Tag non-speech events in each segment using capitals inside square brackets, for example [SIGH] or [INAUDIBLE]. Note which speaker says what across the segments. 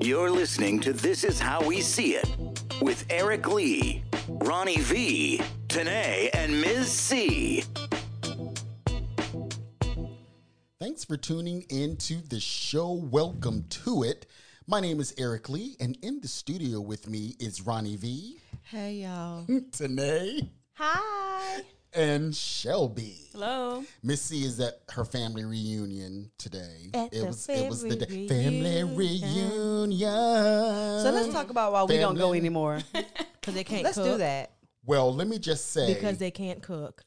Speaker 1: You're listening to This Is How We See It with Eric Lee, Ronnie V, Tanae, and Ms. C.
Speaker 2: Thanks for tuning into the show. Welcome to it. My name is Eric Lee, and in the studio with me is Ronnie V,
Speaker 3: Hey y'all.
Speaker 4: Mm.
Speaker 2: Tanae,
Speaker 3: Hi.
Speaker 2: and Shelby.
Speaker 5: Hello.
Speaker 2: Miss C is at her family reunion today.
Speaker 3: At the family
Speaker 2: family reunion.
Speaker 4: So let's talk about why we don't go
Speaker 2: Family.
Speaker 3: [LAUGHS]
Speaker 4: anymore.
Speaker 3: Because they can't
Speaker 4: Let's
Speaker 3: cook.
Speaker 4: do that.
Speaker 2: Well, let me just say
Speaker 3: Because they can't cook.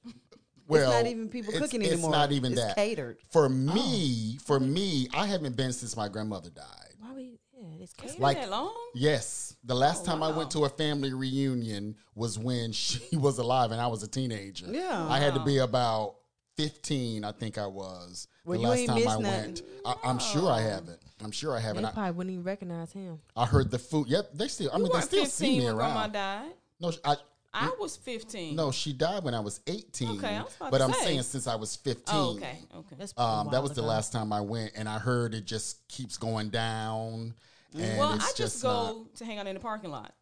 Speaker 2: well,
Speaker 4: it's not even people
Speaker 2: it's-
Speaker 4: cooking
Speaker 2: it's
Speaker 4: anymore.
Speaker 2: not even
Speaker 4: It's
Speaker 2: that.
Speaker 4: catered. Oh.
Speaker 2: For me, for me, I haven't been since my grandmother died.
Speaker 3: Why we yeah, it's crazy.
Speaker 5: It's
Speaker 2: Like-
Speaker 5: like, that long? Oh,
Speaker 2: Yes, the last time I went to a family reunion was when [LAUGHS] she was alive and I was a teenager.
Speaker 4: Yeah.
Speaker 2: I had to be about fifteen, I think I was.
Speaker 4: Well,
Speaker 2: the
Speaker 4: you
Speaker 2: last
Speaker 4: ain't
Speaker 2: time
Speaker 4: missed
Speaker 2: I
Speaker 4: nothing.
Speaker 2: went, I, I'm sure I haven't. I'm sure I
Speaker 3: They
Speaker 2: haven't. I,
Speaker 3: probably wouldn't even recognize him.
Speaker 2: I heard the food. Yep, they still. I mean,
Speaker 5: You
Speaker 2: they
Speaker 5: weren't
Speaker 2: still see
Speaker 5: 15
Speaker 2: me
Speaker 5: when Grandma
Speaker 2: around.
Speaker 5: died.
Speaker 2: No, sh- I
Speaker 5: I was 15.
Speaker 2: no, she died when I was eighteen.
Speaker 5: Okay, I was about
Speaker 2: but
Speaker 5: to
Speaker 2: I'm
Speaker 5: say.
Speaker 2: saying since I was fifteen.
Speaker 5: Oh, okay. Okay.
Speaker 3: That's a
Speaker 2: Um, that
Speaker 3: while
Speaker 2: was the
Speaker 3: ago.
Speaker 2: last time I went, and I heard it just keeps going down. And
Speaker 5: Mm. well, I
Speaker 2: it's
Speaker 5: just,
Speaker 2: just
Speaker 5: go
Speaker 2: not-
Speaker 5: to hang out in the parking lot.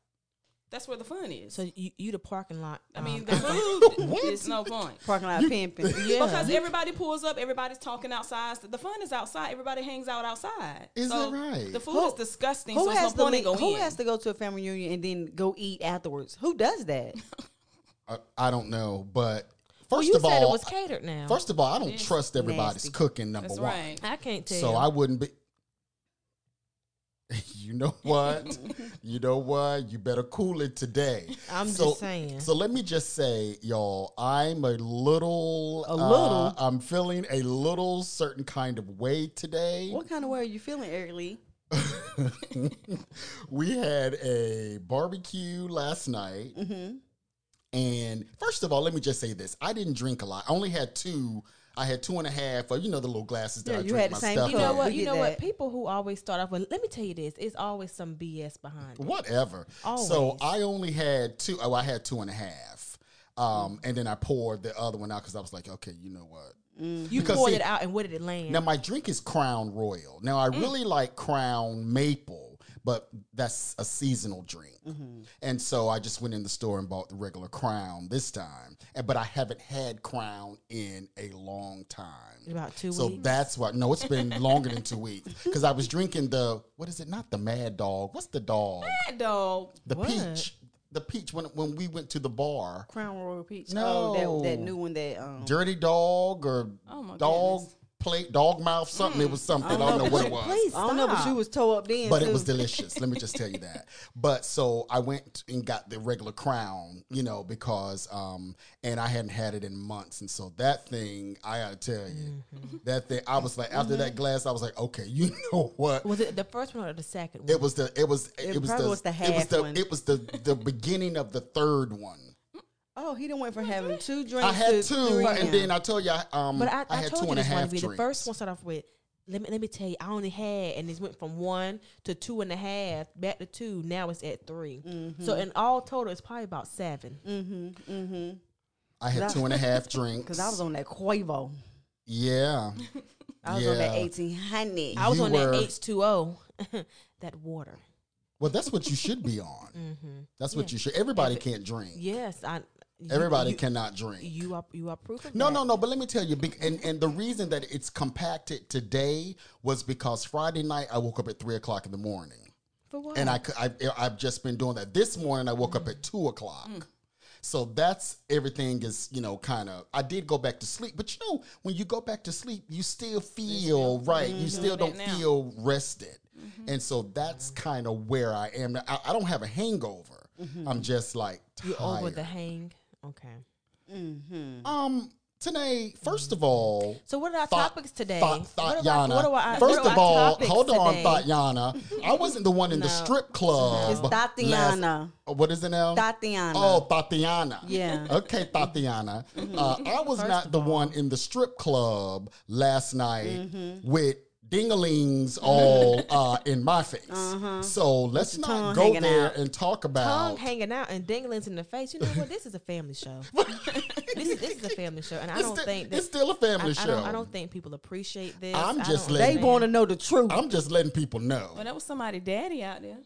Speaker 5: That's where the fun is.
Speaker 3: So you, you the parking lot.
Speaker 5: I
Speaker 3: um,
Speaker 5: mean,
Speaker 2: [LAUGHS]
Speaker 5: the food is no fun.
Speaker 4: Parking lot [LAUGHS] pimping.
Speaker 3: yeah.
Speaker 5: Because everybody pulls up, everybody's talking outside. The fun is outside. Everybody hangs out outside.
Speaker 2: Is
Speaker 5: So
Speaker 2: that right?
Speaker 5: The food
Speaker 4: Who-
Speaker 5: is disgusting.
Speaker 4: Who
Speaker 5: so
Speaker 4: has
Speaker 5: has
Speaker 4: to
Speaker 5: no point in
Speaker 4: leave-
Speaker 5: going
Speaker 4: Who
Speaker 5: in.
Speaker 4: has to go to a family reunion and then go eat afterwards? Who does that?
Speaker 2: I, I don't know, but first
Speaker 3: well, you
Speaker 2: of
Speaker 3: said
Speaker 2: all,
Speaker 3: it was catered now.
Speaker 2: first of all, I don't trust everybody's
Speaker 3: nasty.
Speaker 2: cooking. Number
Speaker 5: That's
Speaker 2: one,
Speaker 5: right.
Speaker 3: I can't tell.
Speaker 2: so I wouldn't be. [LAUGHS] You know
Speaker 3: [LAUGHS]
Speaker 2: what? you know what? You better cool it today.
Speaker 3: I'm
Speaker 2: so,
Speaker 3: just saying.
Speaker 2: So let me just say, y'all, I'm a little,
Speaker 4: A little?
Speaker 2: uh, I'm feeling a little certain kind of way today.
Speaker 4: [LAUGHS] What kind of way are you feeling, Eric Lee?
Speaker 2: [LAUGHS] we had a barbecue last night.
Speaker 4: Mm-hmm.
Speaker 2: And first of all, let me just say this. I didn't drink a lot. I only had two. I had two and a half, or you know, the little glasses that
Speaker 4: Yeah,
Speaker 2: I
Speaker 4: you
Speaker 2: drink
Speaker 4: had
Speaker 2: my
Speaker 4: the same
Speaker 2: stuff
Speaker 3: you know
Speaker 4: cup.
Speaker 2: in.
Speaker 3: what?
Speaker 4: We
Speaker 3: You
Speaker 4: did
Speaker 3: know what?
Speaker 4: that.
Speaker 3: People who always start off with, let me tell you this, it's always some BS behind it.
Speaker 2: Whatever. So
Speaker 3: Always.
Speaker 2: I only had two. Oh, I had two and a half. Um, and then I poured the other one out because I was like, okay, you know what?
Speaker 3: You
Speaker 2: Mm-hmm. Because
Speaker 3: poured
Speaker 2: see-
Speaker 3: it out and where did it land?
Speaker 2: Now my drink is Crown Royal. Now
Speaker 3: Mm.
Speaker 2: I really like Crown Maple, but that's a seasonal drink.
Speaker 3: Mm-hmm.
Speaker 2: And so I just went in the store and bought the regular Crown this time. And but I haven't had Crown in a long time.
Speaker 3: About two
Speaker 2: so
Speaker 3: weeks?
Speaker 2: that's why no, it's been longer than 2 weeks cuz I was drinking the what is it? Not the Mad Dog. What's the dog?
Speaker 5: That dog.
Speaker 2: The
Speaker 3: What?
Speaker 2: peach. The peach when when we went to the bar.
Speaker 4: Crown Royal Peach.
Speaker 2: No.
Speaker 4: Oh, that, that new one that um
Speaker 2: Dirty dog or
Speaker 5: Oh, my
Speaker 2: dog
Speaker 5: goodness.
Speaker 2: plate dog mouth something
Speaker 3: Mm.
Speaker 2: it was something
Speaker 3: Oh
Speaker 2: I don't know what it was.
Speaker 3: Please
Speaker 4: I don't know, but
Speaker 3: stop.
Speaker 4: you was toe up then.
Speaker 2: but it
Speaker 4: too.
Speaker 2: was delicious. Let me just tell you that. But so I went and got the regular crown, you know, because um, and I hadn't had it in months, and so that thing I gotta tell you, that thing I was like after that glass, I was like, okay, you [LAUGHS] know what?
Speaker 3: Was it the first one or the second one?
Speaker 2: It was the it was it,
Speaker 4: It
Speaker 2: was
Speaker 4: probably
Speaker 2: the,
Speaker 4: was the
Speaker 2: it was
Speaker 4: half
Speaker 2: the
Speaker 4: one.
Speaker 2: it was the the beginning of the third one.
Speaker 4: Oh, he done went from having two drinks.
Speaker 2: I had
Speaker 4: to
Speaker 2: two,
Speaker 4: three
Speaker 2: and
Speaker 4: now.
Speaker 2: then I told you, I, um,
Speaker 3: But I, I,
Speaker 2: had
Speaker 3: told
Speaker 2: two
Speaker 3: you
Speaker 2: and a
Speaker 3: this
Speaker 2: half
Speaker 3: one. The
Speaker 2: drinks.
Speaker 3: first one started off with let me let me tell you. I only had and it went from one to two and a half, back to two. Now it's at 3 So
Speaker 4: Mm-hmm.
Speaker 3: in all total, it's probably about seven.
Speaker 2: I had two and a half drinks.
Speaker 4: Cause I was on that Quavo.
Speaker 2: yeah,
Speaker 4: I was on
Speaker 2: Yeah.
Speaker 4: that eighteen hundred.
Speaker 3: I was
Speaker 2: You
Speaker 3: on
Speaker 2: were-
Speaker 3: that H two O, [LAUGHS] that water.
Speaker 2: Well, that's what you should be on.
Speaker 3: Mm-hmm.
Speaker 2: That's what you should. Everybody can't drink.
Speaker 3: Yes, I. you-
Speaker 2: Everybody
Speaker 3: you,
Speaker 2: cannot drink.
Speaker 3: You are you are proof of
Speaker 2: no,
Speaker 3: that.
Speaker 2: no, no. But let me tell you, bec- and and the reason that it's compacted today was because Friday night I woke up at three o'clock in the morning,
Speaker 3: For what?
Speaker 2: and I cou- I I've just been doing that. This morning I woke up at two o'clock. So that's everything is, you know, kind of. I did go back to sleep, but you know, when you go back to sleep, you still feel right. You still don't
Speaker 5: that now.
Speaker 2: feel rested. And so that's kind of where I am. I, I don't have a hangover. I'm just like tired.
Speaker 3: you over the hang. Okay.
Speaker 2: Um, today, first of all,
Speaker 3: So what are our
Speaker 2: Thought-
Speaker 3: topics today?
Speaker 2: Thought,
Speaker 3: what,
Speaker 2: thought
Speaker 3: are, what are our,
Speaker 2: first
Speaker 3: what are
Speaker 2: of
Speaker 3: our
Speaker 2: all,
Speaker 3: topics
Speaker 2: hold on,
Speaker 3: today?
Speaker 2: Thoughtyana.
Speaker 3: [LAUGHS]
Speaker 2: I wasn't the one in the
Speaker 3: No.
Speaker 2: strip club.
Speaker 4: It's Tatiana.
Speaker 2: last- uh, what is it now?
Speaker 4: Tatiana.
Speaker 2: Oh, Tatiana.
Speaker 4: Yeah.
Speaker 2: Okay, Tatiana.
Speaker 3: [LAUGHS] Mm-hmm.
Speaker 2: Uh, I was not the one in the strip club last night
Speaker 3: Mm-hmm.
Speaker 2: with dingalings
Speaker 3: [LAUGHS]
Speaker 2: all uh, in my face.
Speaker 3: Uh-huh.
Speaker 2: So let's not
Speaker 4: tongue
Speaker 2: go
Speaker 4: hanging
Speaker 2: there
Speaker 4: out.
Speaker 2: and talk [LAUGHS]
Speaker 3: tongue
Speaker 2: about.
Speaker 3: hanging out and dinglings in the face. You know what? This is a family show. [LAUGHS] this is this is a family show, and I
Speaker 2: It's
Speaker 3: don't
Speaker 2: sti-
Speaker 3: think
Speaker 2: it's still a family
Speaker 3: I, I
Speaker 2: show.
Speaker 3: don't, I don't think people appreciate this.
Speaker 2: I'm
Speaker 3: I
Speaker 2: just letting-
Speaker 4: They
Speaker 3: don't
Speaker 2: Man.
Speaker 3: understand.
Speaker 4: want to know the truth.
Speaker 2: I'm just letting people
Speaker 5: Well,
Speaker 2: know.
Speaker 5: that was somebody daddy out there.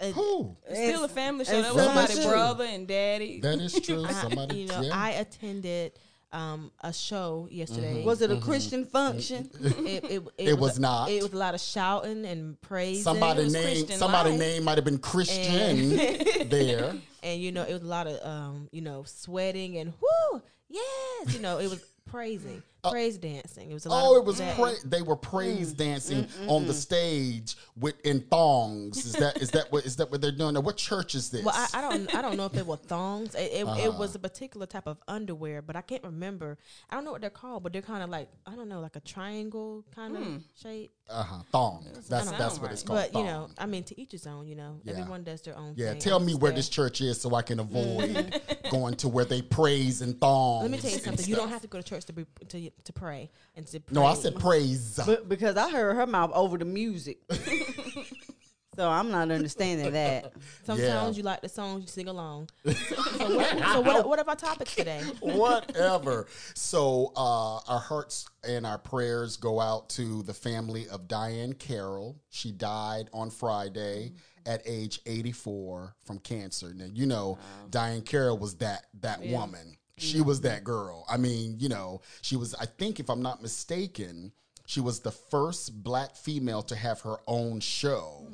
Speaker 3: Uh,
Speaker 2: Who?
Speaker 5: It's still a
Speaker 4: It's-
Speaker 5: family show.
Speaker 4: it's
Speaker 5: That was
Speaker 2: so
Speaker 5: somebody's
Speaker 2: true.
Speaker 5: brother and daddy.
Speaker 2: That is true.
Speaker 3: [LAUGHS] I-
Speaker 2: Somebody,
Speaker 3: you know,
Speaker 2: yeah.
Speaker 3: I attended um, a show yesterday.
Speaker 4: was it a
Speaker 2: [LAUGHS]
Speaker 4: Christian function?
Speaker 3: it, it,
Speaker 2: Mm-hmm. It was not.
Speaker 3: It was a lot of shouting and praising.
Speaker 2: somebody
Speaker 5: was
Speaker 2: name
Speaker 5: Christian
Speaker 2: somebody
Speaker 5: life.
Speaker 2: name might have been Christian [LAUGHS]
Speaker 3: [LAUGHS]
Speaker 2: there.
Speaker 3: and you know it was a lot of um you know sweating and whoo yes you know it was praising praise dancing it was a lot
Speaker 2: Uh, Oh,
Speaker 3: of
Speaker 2: it was
Speaker 3: that. Mm,
Speaker 2: pra- they were praise dancing on the stage with in thongs. Is that is that what is that what they're doing? Now, what church is this?
Speaker 3: well I, I don't I don't know if they were thongs it, it, it
Speaker 2: Uh-huh.
Speaker 3: was a particular type of underwear but I can't remember I don't know what they're called but they're kind of like I don't know like a triangle kind of shape
Speaker 2: uh-huh, thong. Hmm. That's
Speaker 5: sound
Speaker 2: that's what
Speaker 5: right.
Speaker 2: it's called.
Speaker 3: but you know
Speaker 2: thong.
Speaker 3: I mean to each his own you know
Speaker 2: Yeah.
Speaker 3: everyone does their own
Speaker 2: Yeah,
Speaker 3: thing.
Speaker 2: tell
Speaker 3: I
Speaker 2: me where
Speaker 3: understand.
Speaker 2: this church is so I
Speaker 3: Mm.
Speaker 2: can
Speaker 3: [LAUGHS]
Speaker 2: avoid going to where they praise and thongs.
Speaker 3: let me tell you
Speaker 2: and
Speaker 3: something you don't
Speaker 2: stuff.
Speaker 3: have to go to church to be to, to pray and to
Speaker 2: No, I said
Speaker 3: praise.
Speaker 2: praise.
Speaker 4: But because I heard her mouth over the
Speaker 2: [LAUGHS]
Speaker 4: music. so I'm not understanding that.
Speaker 3: sometimes you like the songs you
Speaker 2: [LAUGHS]
Speaker 3: sing along so, so what, so what, what are our topics today
Speaker 2: whatever. So uh, our hearts and our prayers go out to the family of Diane Carroll. She died on Friday at age 84 from cancer. Now you know Diane Carroll was that that woman. She was that girl. I mean, you know, she was. I think if I'm not mistaken, she was the first black female to have her own show.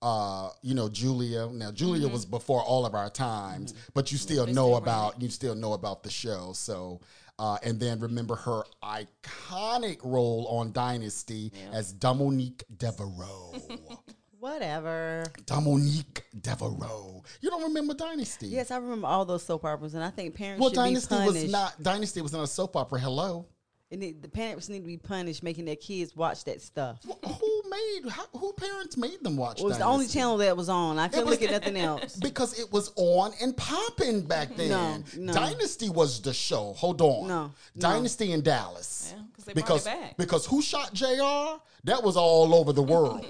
Speaker 2: Uh, you know, Julia. Now, Julia
Speaker 4: Mm-hmm.
Speaker 2: was before all of our times, but you still know about you still know about the show. So, uh, and then remember her iconic role on Dynasty as Dominique
Speaker 4: [LAUGHS]
Speaker 2: Devereaux.
Speaker 4: Whatever.
Speaker 2: Dominique Devereaux. You don't remember Dynasty?
Speaker 4: Yes, I remember all those soap operas, and I think parents
Speaker 2: Well,
Speaker 4: should
Speaker 2: Dynasty
Speaker 4: be punished.
Speaker 2: was not Dynasty was not a soap opera. Hello.
Speaker 4: and the- the parents need to be punished making their kids watch that stuff.
Speaker 2: Wh- Who made? How, who parents made them watch?
Speaker 4: It was the only
Speaker 2: Dynasty?
Speaker 4: channel that was on. I couldn't
Speaker 2: was-
Speaker 4: look at
Speaker 2: [LAUGHS]
Speaker 4: nothing else.
Speaker 2: Because it was on and popping back then.
Speaker 4: no.
Speaker 2: Dynasty was the show. Hold on.
Speaker 4: No,
Speaker 2: Dynasty in Dallas.
Speaker 5: Yeah, 'cause they brought it
Speaker 2: because
Speaker 5: back.
Speaker 2: because who shot JR? That was all over the
Speaker 5: [LAUGHS]
Speaker 2: world.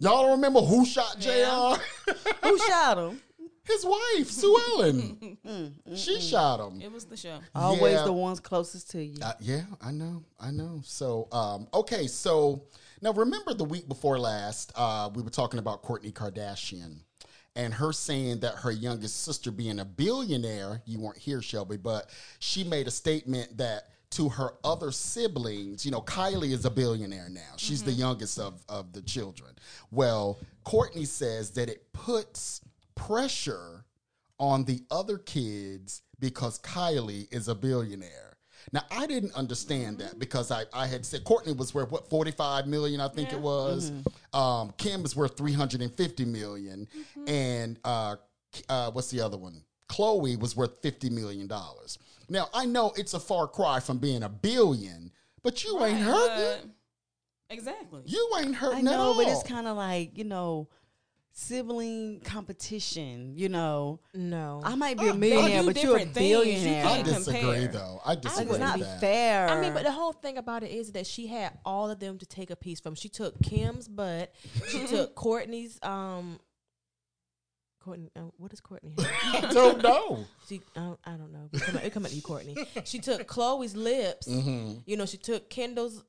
Speaker 2: Y'all remember who shot JR?
Speaker 4: Who shot him?
Speaker 2: [LAUGHS] His wife, Sue
Speaker 5: [LAUGHS]
Speaker 2: Ellen. she shot him.
Speaker 5: Mm, It was the show.
Speaker 4: Always
Speaker 2: Yeah.
Speaker 4: the ones closest to you.
Speaker 2: Uh, yeah, I know, I know. So, um, okay, so now remember the week before last, uh, we were talking about Courtney Kardashian and her saying that her youngest sister being a billionaire. You weren't here, Shelby, but she made a statement that to her other siblings, you know, Kylie is a billionaire now. She's the youngest of of the children. Well, Courtney says that it puts pressure on the other kids because Kylie is a billionaire. Now I didn't understand
Speaker 4: Mm-hmm.
Speaker 2: that because I, I had said Courtney was worth what 45 million I think it was.
Speaker 4: Mm-hmm.
Speaker 2: Um, Kim is worth 350 million. and uh, K- uh, what's the other one? Chloe was worth 50 million dollars. Now I know it's a far cry from being a billion, but you ain't
Speaker 5: But-
Speaker 2: hurting.
Speaker 5: uh, exactly.
Speaker 2: You ain't
Speaker 4: I
Speaker 2: hurting at
Speaker 4: know,
Speaker 2: all.
Speaker 4: but it's kind of like you know, sibling competition. You know,
Speaker 3: no
Speaker 4: I might be a
Speaker 5: Oh, do
Speaker 4: millionaire, but you're a
Speaker 5: different things. You
Speaker 4: billionaire.
Speaker 2: I
Speaker 5: can't
Speaker 4: Like,
Speaker 2: disagree
Speaker 5: compare.
Speaker 2: though. I disagree.
Speaker 4: It's
Speaker 2: with
Speaker 4: not
Speaker 2: that.
Speaker 4: fair.
Speaker 3: I mean, but the whole thing about it is that she had all of them to take a piece from. She took Kim's butt.
Speaker 5: [LAUGHS]
Speaker 3: She took Courtney's. Um, Courtney, uh, what
Speaker 5: [LAUGHS]
Speaker 3: is Courtney?
Speaker 2: [LAUGHS]
Speaker 3: have?
Speaker 2: I don't know.
Speaker 3: she, I, don't, I don't know. It come, out- it come at you, Courtney. She
Speaker 5: [LAUGHS]
Speaker 3: took Chloe's lips.
Speaker 5: Mm-hmm.
Speaker 3: You know, she took Kendall's.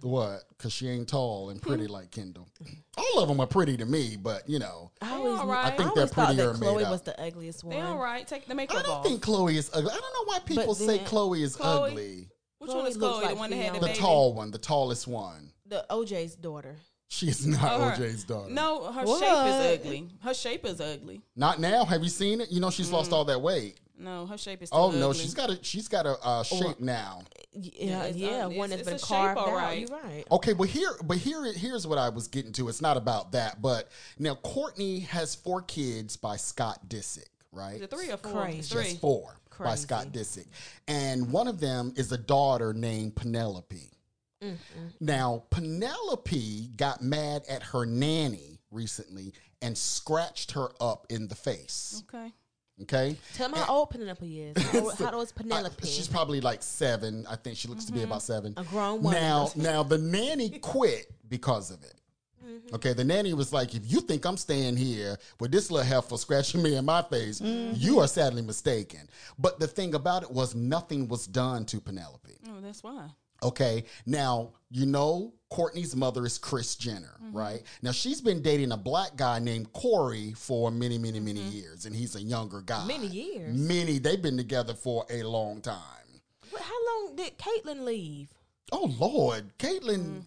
Speaker 2: What? Because she ain't tall and pretty like Kendall. All of them are pretty to me, but you know,
Speaker 3: I
Speaker 5: They
Speaker 3: always,
Speaker 5: all
Speaker 3: knew-
Speaker 5: right.
Speaker 2: I
Speaker 5: I
Speaker 2: think
Speaker 3: always
Speaker 2: they're
Speaker 3: thought
Speaker 2: prettier
Speaker 3: that
Speaker 2: made
Speaker 3: Chloe
Speaker 2: up.
Speaker 3: was the ugliest one.
Speaker 5: They all right. Take the
Speaker 2: I
Speaker 5: makeup
Speaker 2: don't
Speaker 5: off.
Speaker 2: think Chloe is ugly. I don't know why people say
Speaker 3: then-
Speaker 2: Chloe is
Speaker 5: Chloe-
Speaker 2: ugly.
Speaker 5: Which one is
Speaker 3: Chloe looks
Speaker 5: Chloe? the
Speaker 3: like
Speaker 5: one that had the,
Speaker 3: Fiona.
Speaker 2: The
Speaker 5: baby?
Speaker 2: tall one, the tallest one.
Speaker 3: The OJ's daughter.
Speaker 2: She is not
Speaker 5: Oh, her-
Speaker 2: OJ's daughter.
Speaker 5: No, her
Speaker 4: What?
Speaker 5: shape is ugly. Her shape is ugly.
Speaker 2: not now. Have you seen it? You know she's lost all that weight.
Speaker 5: No, her shape is. Still
Speaker 2: Oh
Speaker 5: ugly.
Speaker 2: no, she's got a she's got a uh, shape now.
Speaker 3: Yeah, yeah,
Speaker 5: it's ugly.
Speaker 3: one
Speaker 5: It's-
Speaker 3: that's
Speaker 5: it's
Speaker 3: been
Speaker 5: a shape,
Speaker 3: carved
Speaker 5: all
Speaker 3: out.
Speaker 5: right. Oh,
Speaker 3: You're right.
Speaker 2: Okay, but here, but here, here's what I was getting to. It's not about that, but now Courtney has four kids by Scott Disick, right?
Speaker 5: Is it three or four?
Speaker 3: Crazy.
Speaker 5: It's
Speaker 2: Just
Speaker 5: Three.
Speaker 2: four by
Speaker 3: Crazy.
Speaker 2: Scott Disick. And one of them is a daughter named Penelope. Now, Penelope got mad at her nanny recently and scratched her up in the face.
Speaker 5: Okay.
Speaker 2: Okay?
Speaker 3: Tell
Speaker 5: eh.
Speaker 3: me how old Penelope is.
Speaker 5: [LAUGHS]
Speaker 3: How, old- how old is Penelope? Mm-hmm.
Speaker 2: I- she's probably like seven. I think she looks to be about seven.
Speaker 3: [LAUGHS] A grown woman.
Speaker 2: Now, now the nanny quit because of it.
Speaker 3: Mm-hmm.
Speaker 2: Okay, the nanny was like, if you think I'm staying here with this little heifer scratching me in my face,
Speaker 3: Mm-hmm.
Speaker 2: you are sadly mistaken. But the thing about it was nothing was done to Penelope.
Speaker 5: Oh, that's why.
Speaker 2: Okay. Now, you know, Courtney's mother is Chris Jenner,
Speaker 3: Mm-hmm.
Speaker 2: right? Now, she's been dating a black guy named Corey for many, many, many years, and he's a younger guy.
Speaker 3: Mm-hmm. Many
Speaker 5: [LAUGHS]
Speaker 3: years?
Speaker 2: Many. They've been together for a long time.
Speaker 3: Wh- How long did Caitlyn leave?
Speaker 2: Oh, Lord. Caitlyn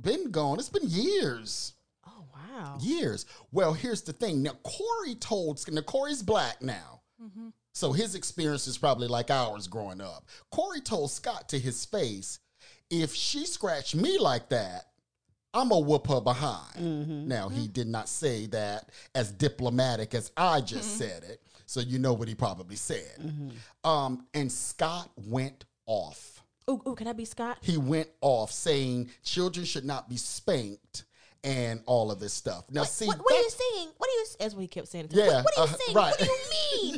Speaker 2: been gone. It's been years.
Speaker 3: Oh wow.
Speaker 2: Years. Well, here's the thing. Now, Corey told, now, Corey's black now.
Speaker 3: Mm-hmm.
Speaker 2: So his experience is probably like ours growing up. Corey told Scott to his face, if she scratched me like that, I'm going to whoop her behind.
Speaker 3: Mm-hmm.
Speaker 2: Now, he did not say that as diplomatic as I just
Speaker 3: Mm-hmm.
Speaker 2: said it. So you know what he probably said. Um, and Scott went off
Speaker 3: Ooh, ooh, Oh, can I be Scott?
Speaker 2: he went off saying children should not be spanked and all of this stuff. Now, see,
Speaker 3: what, what are you
Speaker 2: that's-
Speaker 3: saying? What are you? That's what he kept saying. To
Speaker 2: Yeah,
Speaker 3: yeah, what, what are you
Speaker 2: uh,
Speaker 3: saying?
Speaker 2: right.
Speaker 3: What do you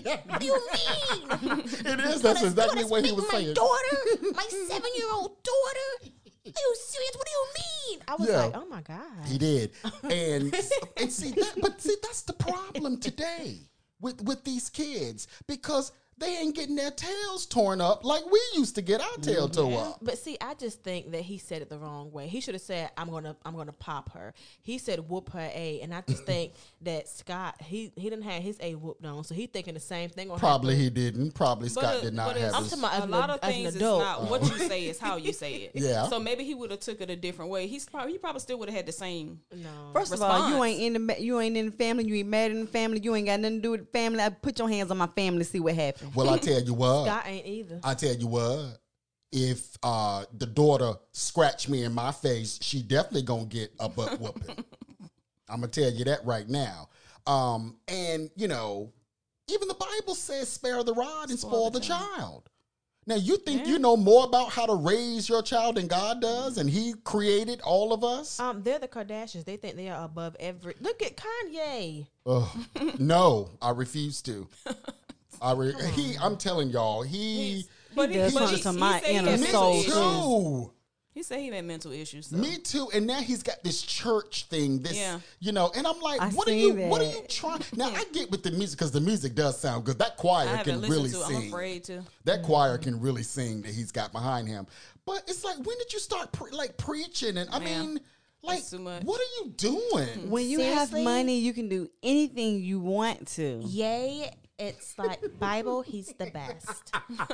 Speaker 2: [LAUGHS]
Speaker 3: mean? What do you mean?
Speaker 2: it is. That's
Speaker 3: You wanna
Speaker 2: exactly what he
Speaker 3: speak
Speaker 2: was
Speaker 3: my
Speaker 2: saying.
Speaker 3: daughter, my seven-year-old daughter. Are you serious? What do you mean? I was
Speaker 2: Yeah.
Speaker 3: like, oh my god.
Speaker 2: He did, and and see, that, but see, that's the problem today with with these kids because they ain't getting their tails torn up like we used to get our tail tore up.
Speaker 3: But see, I just think that he said it the wrong way. He should have said, "I'm gonna, I'm gonna pop her." He said, "Whoop her a," and I
Speaker 2: [CLEARS THROAT]
Speaker 3: just think that Scott, he he didn't have his a whooped on, so he thinking the same thing. gonna
Speaker 2: Probably
Speaker 3: happen.
Speaker 2: he didn't. Probably Scott
Speaker 5: uh,
Speaker 2: did not
Speaker 5: but, uh,
Speaker 2: have.
Speaker 5: I'm
Speaker 2: his,
Speaker 3: talking about- as
Speaker 5: a
Speaker 3: an
Speaker 5: lot
Speaker 3: ad-
Speaker 5: of
Speaker 3: as an
Speaker 5: things is
Speaker 3: adult.
Speaker 5: not
Speaker 2: [LAUGHS]
Speaker 5: what you say is how you say it.
Speaker 2: Yeah.
Speaker 5: So maybe he would have took it a different way. He's probably he probably still would have had the same.
Speaker 3: No.
Speaker 4: First of all, you
Speaker 5: response.
Speaker 4: ain't in the ma- you ain't in the family. You ain't mad in the family. You ain't got nothing to do with the family. I put your hands on my family. See what happens.
Speaker 2: well, I tell you what,
Speaker 3: Scott ain't either.
Speaker 2: I tell you what, if uh, the daughter scratched me in my face, she definitely gonna get a [LAUGHS] butt whooping. I'm gonna tell you that right now. Um, and you know, even the Bible says, "Spare the rod and spoil, the, child." Now you think you know more about how to raise your child than God does, and He created all of us?
Speaker 3: Um, they're the Kardashians. They think they are above every. Look at Kanye.
Speaker 2: [LAUGHS] Ugh. no, I refuse to. I re- he, I'm telling y'all, he,
Speaker 5: But
Speaker 4: does
Speaker 5: but
Speaker 4: something to my
Speaker 5: said he
Speaker 4: inner
Speaker 5: had
Speaker 2: me
Speaker 5: mental
Speaker 4: soul,
Speaker 5: issues.
Speaker 4: too.
Speaker 2: too.
Speaker 5: He said he had mental issues. So.
Speaker 2: Me too. And now he's got this church thing, this
Speaker 5: Yeah.
Speaker 2: you know, and I'm like,
Speaker 4: I
Speaker 2: what are
Speaker 4: see
Speaker 2: you what are
Speaker 4: that.
Speaker 2: you trying? Now
Speaker 5: [LAUGHS]
Speaker 2: I get with the music because the music does sound good. That choir
Speaker 5: I
Speaker 2: can
Speaker 5: haven't listened
Speaker 2: really
Speaker 5: to.
Speaker 2: sing.
Speaker 5: it. I'm afraid to.
Speaker 2: That
Speaker 4: Mm-hmm.
Speaker 2: choir can really sing that he's got behind him. But it's like, when did you start pre- like preaching? And I
Speaker 5: Man,
Speaker 2: mean, like,
Speaker 5: it's too much.
Speaker 2: what are you doing?
Speaker 4: When you have
Speaker 3: Seriously?
Speaker 4: money, you can do anything you want to.
Speaker 3: Yay! It's like Bible. He's the best. [LAUGHS]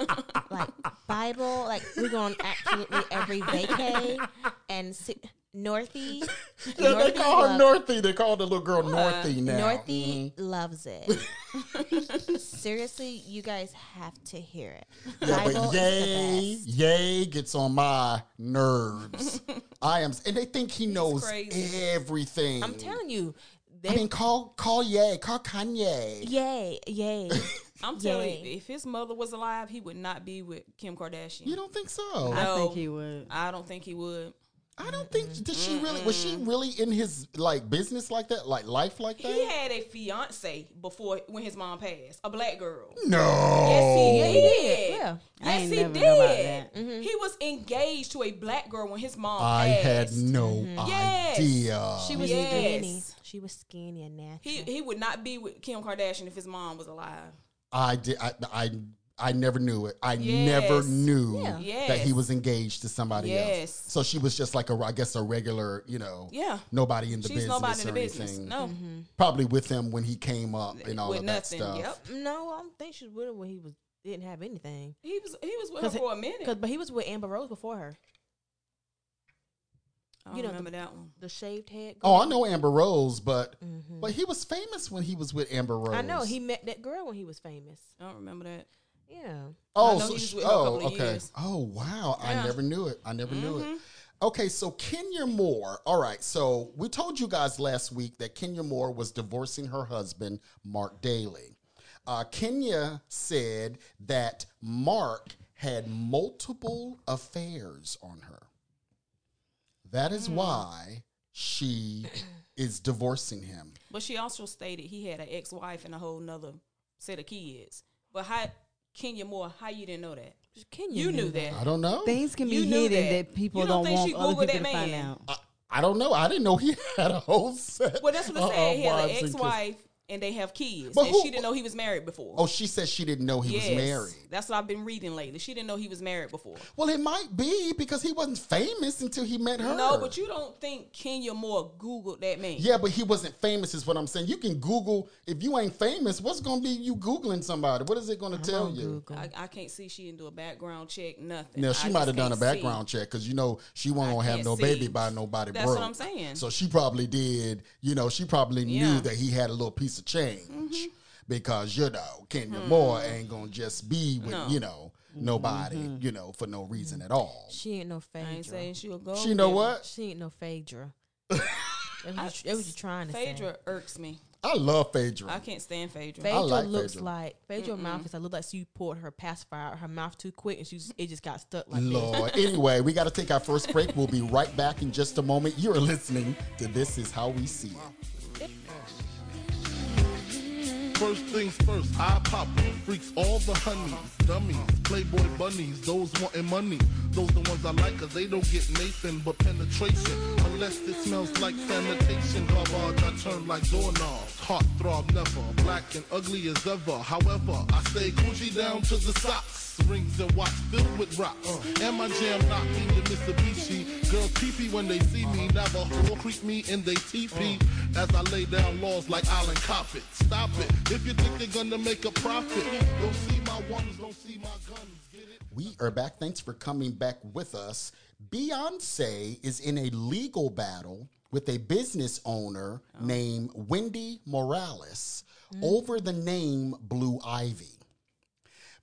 Speaker 3: like Bible. Like we go on absolutely every vacay and si- Northy.
Speaker 2: Yeah, they
Speaker 3: Northy
Speaker 2: call her
Speaker 3: love-
Speaker 2: Northy. They call the little girl Northy now.
Speaker 3: Northy
Speaker 2: Mm-hmm.
Speaker 3: loves it. [LAUGHS] Seriously, you guys have to hear it.
Speaker 2: Yeah,
Speaker 3: Bible
Speaker 2: Mm-hmm. but yay, yay gets on my nerves.
Speaker 5: [LAUGHS]
Speaker 2: I am, and they think he knows
Speaker 5: crazy.
Speaker 2: everything.
Speaker 3: I'm telling you, they
Speaker 2: I mean, call call Ye, call Kanye.
Speaker 3: yay,
Speaker 2: [LAUGHS]
Speaker 3: yay.
Speaker 5: I'm telling
Speaker 3: Yay.
Speaker 5: you, if his mother was alive, he would not be with Kim Kardashian.
Speaker 2: You don't think so?
Speaker 4: I
Speaker 5: No.
Speaker 4: think he would.
Speaker 5: I don't think he would.
Speaker 2: I don't think did she really was she really in his like business like that, like life like that?
Speaker 5: He had a fiance before when his mom passed, a black girl.
Speaker 2: No.
Speaker 5: Yes, he did.
Speaker 3: Yeah.
Speaker 4: I
Speaker 5: Yes,
Speaker 4: ain't
Speaker 5: he
Speaker 4: never
Speaker 5: did.
Speaker 4: know about that.
Speaker 5: He was engaged to a black girl when his mom
Speaker 2: I had
Speaker 5: passed.
Speaker 2: no
Speaker 5: Mm-hmm. Yes.
Speaker 2: idea.
Speaker 3: She was
Speaker 5: Yes.
Speaker 3: skinny. She was skinny and natural.
Speaker 5: He he would not be with Kim Kardashian if his mom was alive.
Speaker 2: I did. I, I I never knew it. I never
Speaker 5: Yes.
Speaker 2: knew
Speaker 3: Yeah.
Speaker 2: that he
Speaker 5: Yes.
Speaker 2: was engaged to somebody else.
Speaker 5: Yes.
Speaker 2: So she was just like a, I guess, a regular, you know,
Speaker 5: Yeah.
Speaker 2: nobody in the
Speaker 5: She's
Speaker 2: business
Speaker 5: nobody in the
Speaker 2: or
Speaker 5: business.
Speaker 2: anything.
Speaker 5: No,
Speaker 2: Probably with him when he came up and all
Speaker 5: with
Speaker 2: of
Speaker 5: nothing.
Speaker 2: that stuff.
Speaker 5: Yep.
Speaker 3: No, I don't think she was with him when he was didn't have anything.
Speaker 5: He was he was with her
Speaker 3: 'Cause
Speaker 5: for a
Speaker 3: Cause,
Speaker 5: minute.
Speaker 3: but he was with Amber Rose before her.
Speaker 5: I don't
Speaker 3: you know,
Speaker 5: remember that one.
Speaker 3: The shaved head. Girl.
Speaker 2: Oh, I know Amber Rose, but
Speaker 5: Mm-hmm.
Speaker 2: but he was famous when he was with Amber Rose.
Speaker 3: I know he met that girl when he was famous.
Speaker 5: I don't remember that.
Speaker 3: Yeah.
Speaker 2: Oh,
Speaker 5: I know
Speaker 2: so
Speaker 5: he was
Speaker 2: sh-
Speaker 5: with her a
Speaker 2: oh,
Speaker 5: couple of
Speaker 2: okay.
Speaker 5: years.
Speaker 2: Oh, wow. I
Speaker 5: Yeah. Mm-hmm.
Speaker 2: never knew it. I never knew it. Okay, so Kenya Moore. All right, so we told you guys last week that Kenya Moore was divorcing her husband, Mark Daly. Uh, Kenya said that Mark had multiple affairs on her. That
Speaker 5: Hmm.
Speaker 2: is why she is divorcing him.
Speaker 5: But she also stated he had an ex wife and a whole nother set of kids. But how Kenya Moore, how you didn't know that?
Speaker 3: Kenya
Speaker 5: You knew that.
Speaker 2: I don't know.
Speaker 4: Things can be
Speaker 5: You knew
Speaker 4: hidden that,
Speaker 5: that.
Speaker 4: people
Speaker 5: You
Speaker 4: don't,
Speaker 5: don't think
Speaker 4: want
Speaker 5: she
Speaker 4: other
Speaker 5: Googled
Speaker 4: people to
Speaker 5: that
Speaker 4: find
Speaker 5: man?
Speaker 4: out.
Speaker 2: I, I don't know. I didn't know he [LAUGHS] had a whole set.
Speaker 5: Well, that's what
Speaker 2: of,
Speaker 5: I said. He
Speaker 2: uh,
Speaker 5: had an
Speaker 2: wives and kids.
Speaker 5: ex-wife and they have kids,
Speaker 2: But
Speaker 5: and
Speaker 2: who-
Speaker 5: she didn't know he was married before.
Speaker 2: Oh, she said she didn't know he was married.
Speaker 5: That's what I've been reading lately. She didn't know he was married before.
Speaker 2: Well, it might be because he wasn't famous until he met her.
Speaker 5: No, but you don't think Kenya Moore Googled that man?
Speaker 2: Yeah, but he wasn't famous, is what I'm saying. You can Google if you ain't famous. What's gonna be you googling somebody? What is it gonna tell you?
Speaker 5: I, I can't see she didn't do a background check, nothing.
Speaker 2: Now
Speaker 5: I
Speaker 2: she
Speaker 5: just
Speaker 2: might have done a
Speaker 5: can't see.
Speaker 2: background check because you know she won't gonna have
Speaker 5: can't
Speaker 2: no
Speaker 5: see.
Speaker 2: baby by nobody.
Speaker 5: That's
Speaker 2: broke.
Speaker 5: what I'm saying.
Speaker 2: So she probably did. You know, she probably knew
Speaker 5: Yeah. Mm-hmm.
Speaker 2: that he had a little piece of change because you know Kenya
Speaker 5: Hmm.
Speaker 2: Moore ain't gonna just be with you know nobody you know for no reason at all.
Speaker 3: She ain't no
Speaker 5: I ain't
Speaker 3: Phaedra.
Speaker 5: saying she'll go.
Speaker 2: She know what
Speaker 3: She ain't no
Speaker 2: [LAUGHS]
Speaker 3: Phaedra. that, was you, that was you trying to say.
Speaker 5: Phaedra irks me.
Speaker 2: I love Phaedra.
Speaker 5: I can't stand Phaedra.
Speaker 3: Phaedra
Speaker 2: like
Speaker 3: looks
Speaker 2: Phaedra.
Speaker 3: like Phaedra mouth is. I look like she poured her pacifier out her mouth too quick, and she just, it just got stuck like this.
Speaker 2: Lord. anyway, we got to take our first break. We'll be right back in just a moment. You're listening to This Is How We See It.
Speaker 6: First things first, I pop it. freaks all the honeys, dummies, playboy bunnies, those wanting money. Those the ones I like cause they don't get Nathan but penetration. Unless it smells like sanitation, garbage I turn like doorknobs. Heart throb never, black and ugly as ever. However, I stay coochie down to the socks. Rings and watch filled with rocks. And my jam knocking the Mitsubishi. Girls creepy when they see me. Navajo creep me in they teepee. As I lay down laws like Island Cop it. Stop it. If you think you're gonna make a profit, don't see my ones, don't see my guns. Get it?
Speaker 2: We are back. Thanks for coming back with us. Beyonce is in a legal battle with a business owner
Speaker 5: Oh.
Speaker 2: named Wendy Morales
Speaker 5: Mm.
Speaker 2: over the name Blue Ivy.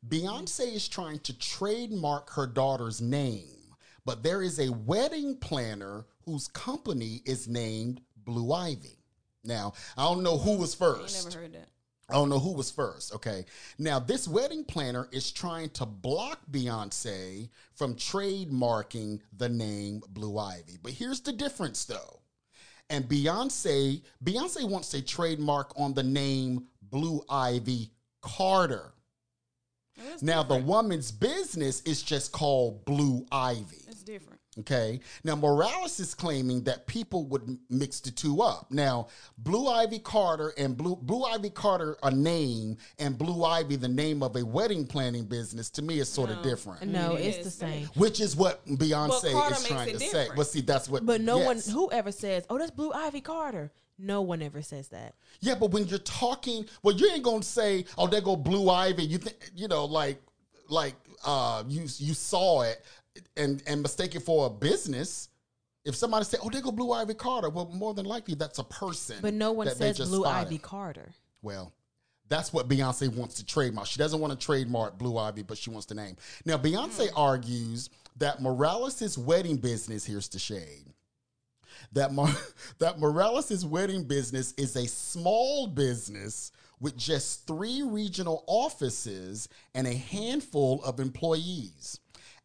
Speaker 2: Beyonce is trying to trademark her daughter's name, but there is a wedding planner whose company is named Blue Ivy. Now, I don't know who was
Speaker 5: I ain't
Speaker 2: first.
Speaker 5: never heard that.
Speaker 2: I don't know who was first. Okay. Now, this wedding planner is trying to block Beyonce from trademarking the name Blue Ivy. But here's the difference, though. And Beyonce, Beyonce wants a trademark on the name Blue Ivy Carter. Now, the woman's business is just called Blue Ivy.
Speaker 5: It's different.
Speaker 2: Okay. Now, Morales is claiming that people would m- mix the two up. Now, Blue Ivy Carter and Blue Blue Ivy Carter a name, and Blue Ivy the name of a wedding planning business. To me, is sort of different.
Speaker 3: No,
Speaker 5: It
Speaker 3: it's the
Speaker 5: is.
Speaker 3: same.
Speaker 2: Which is what
Speaker 5: But
Speaker 2: Beyonce
Speaker 5: Carter
Speaker 2: is
Speaker 5: makes
Speaker 2: trying
Speaker 5: it
Speaker 2: to say.
Speaker 5: different.
Speaker 2: Well, see, that's what.
Speaker 3: But no
Speaker 2: yes.
Speaker 3: one, whoever says, "Oh, that's Blue Ivy Carter," no one ever says that.
Speaker 2: Yeah, but when you're talking, well, you ain't gonna say, "Oh, there go Blue Ivy." You think you know, like, like uh, you you saw it and and mistake it for a business. If somebody say, "Oh, there go Blue Ivy Carter," well, more than likely that's a person.
Speaker 3: But no one
Speaker 2: that they
Speaker 3: says
Speaker 2: just
Speaker 3: Blue
Speaker 2: spotted.
Speaker 3: Ivy Carter.
Speaker 2: Well, that's what Beyonce wants to trademark. She doesn't want to trademark Blue Ivy, but she wants the name. Now, Beyonce argues that Morales' wedding business, here's the shade, that, Mar- [LAUGHS] that Morales' wedding business is a small business with just three regional offices and a handful of employees.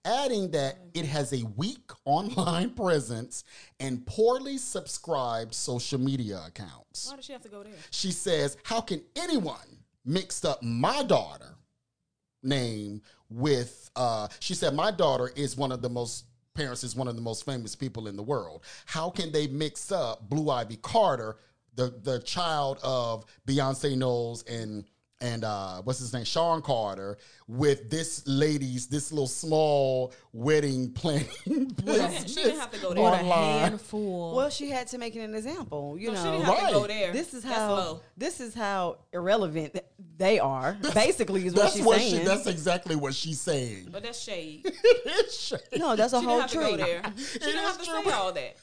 Speaker 2: Adding that it has a weak [LAUGHS] online presence and poorly subscribed social media accounts.
Speaker 5: Why does she have to go there?
Speaker 2: She says, How can anyone mix up my daughter name with uh she said my daughter is one of the most parents is one of the most famous people in the world. How can they mix up Blue Ivy Carter, the the child of Beyonce Knowles and and uh, what's his name, Sean Carter, with this lady's this little small wedding [LAUGHS]
Speaker 5: [LAUGHS]
Speaker 2: planning business
Speaker 5: She didn't have to go there.
Speaker 3: What a
Speaker 2: online.
Speaker 3: handful.
Speaker 4: Well, she had to make it an example, you
Speaker 5: No, she
Speaker 4: know.
Speaker 5: didn't have to go
Speaker 2: Right.
Speaker 5: there.
Speaker 4: This is
Speaker 5: That's
Speaker 4: how
Speaker 5: low.
Speaker 4: this is how irrelevant they are. Basically, is what
Speaker 2: That's
Speaker 4: she's
Speaker 2: what
Speaker 4: saying.
Speaker 2: she. That's exactly what she's saying.
Speaker 5: But that's shade.
Speaker 2: It's shade.
Speaker 4: no, that's a
Speaker 5: She
Speaker 4: whole
Speaker 5: didn't have to
Speaker 4: tree.
Speaker 5: go
Speaker 4: [LAUGHS]
Speaker 5: there. She
Speaker 2: It
Speaker 5: didn't have
Speaker 2: is
Speaker 5: to
Speaker 2: true,
Speaker 5: say
Speaker 2: but-
Speaker 5: all that.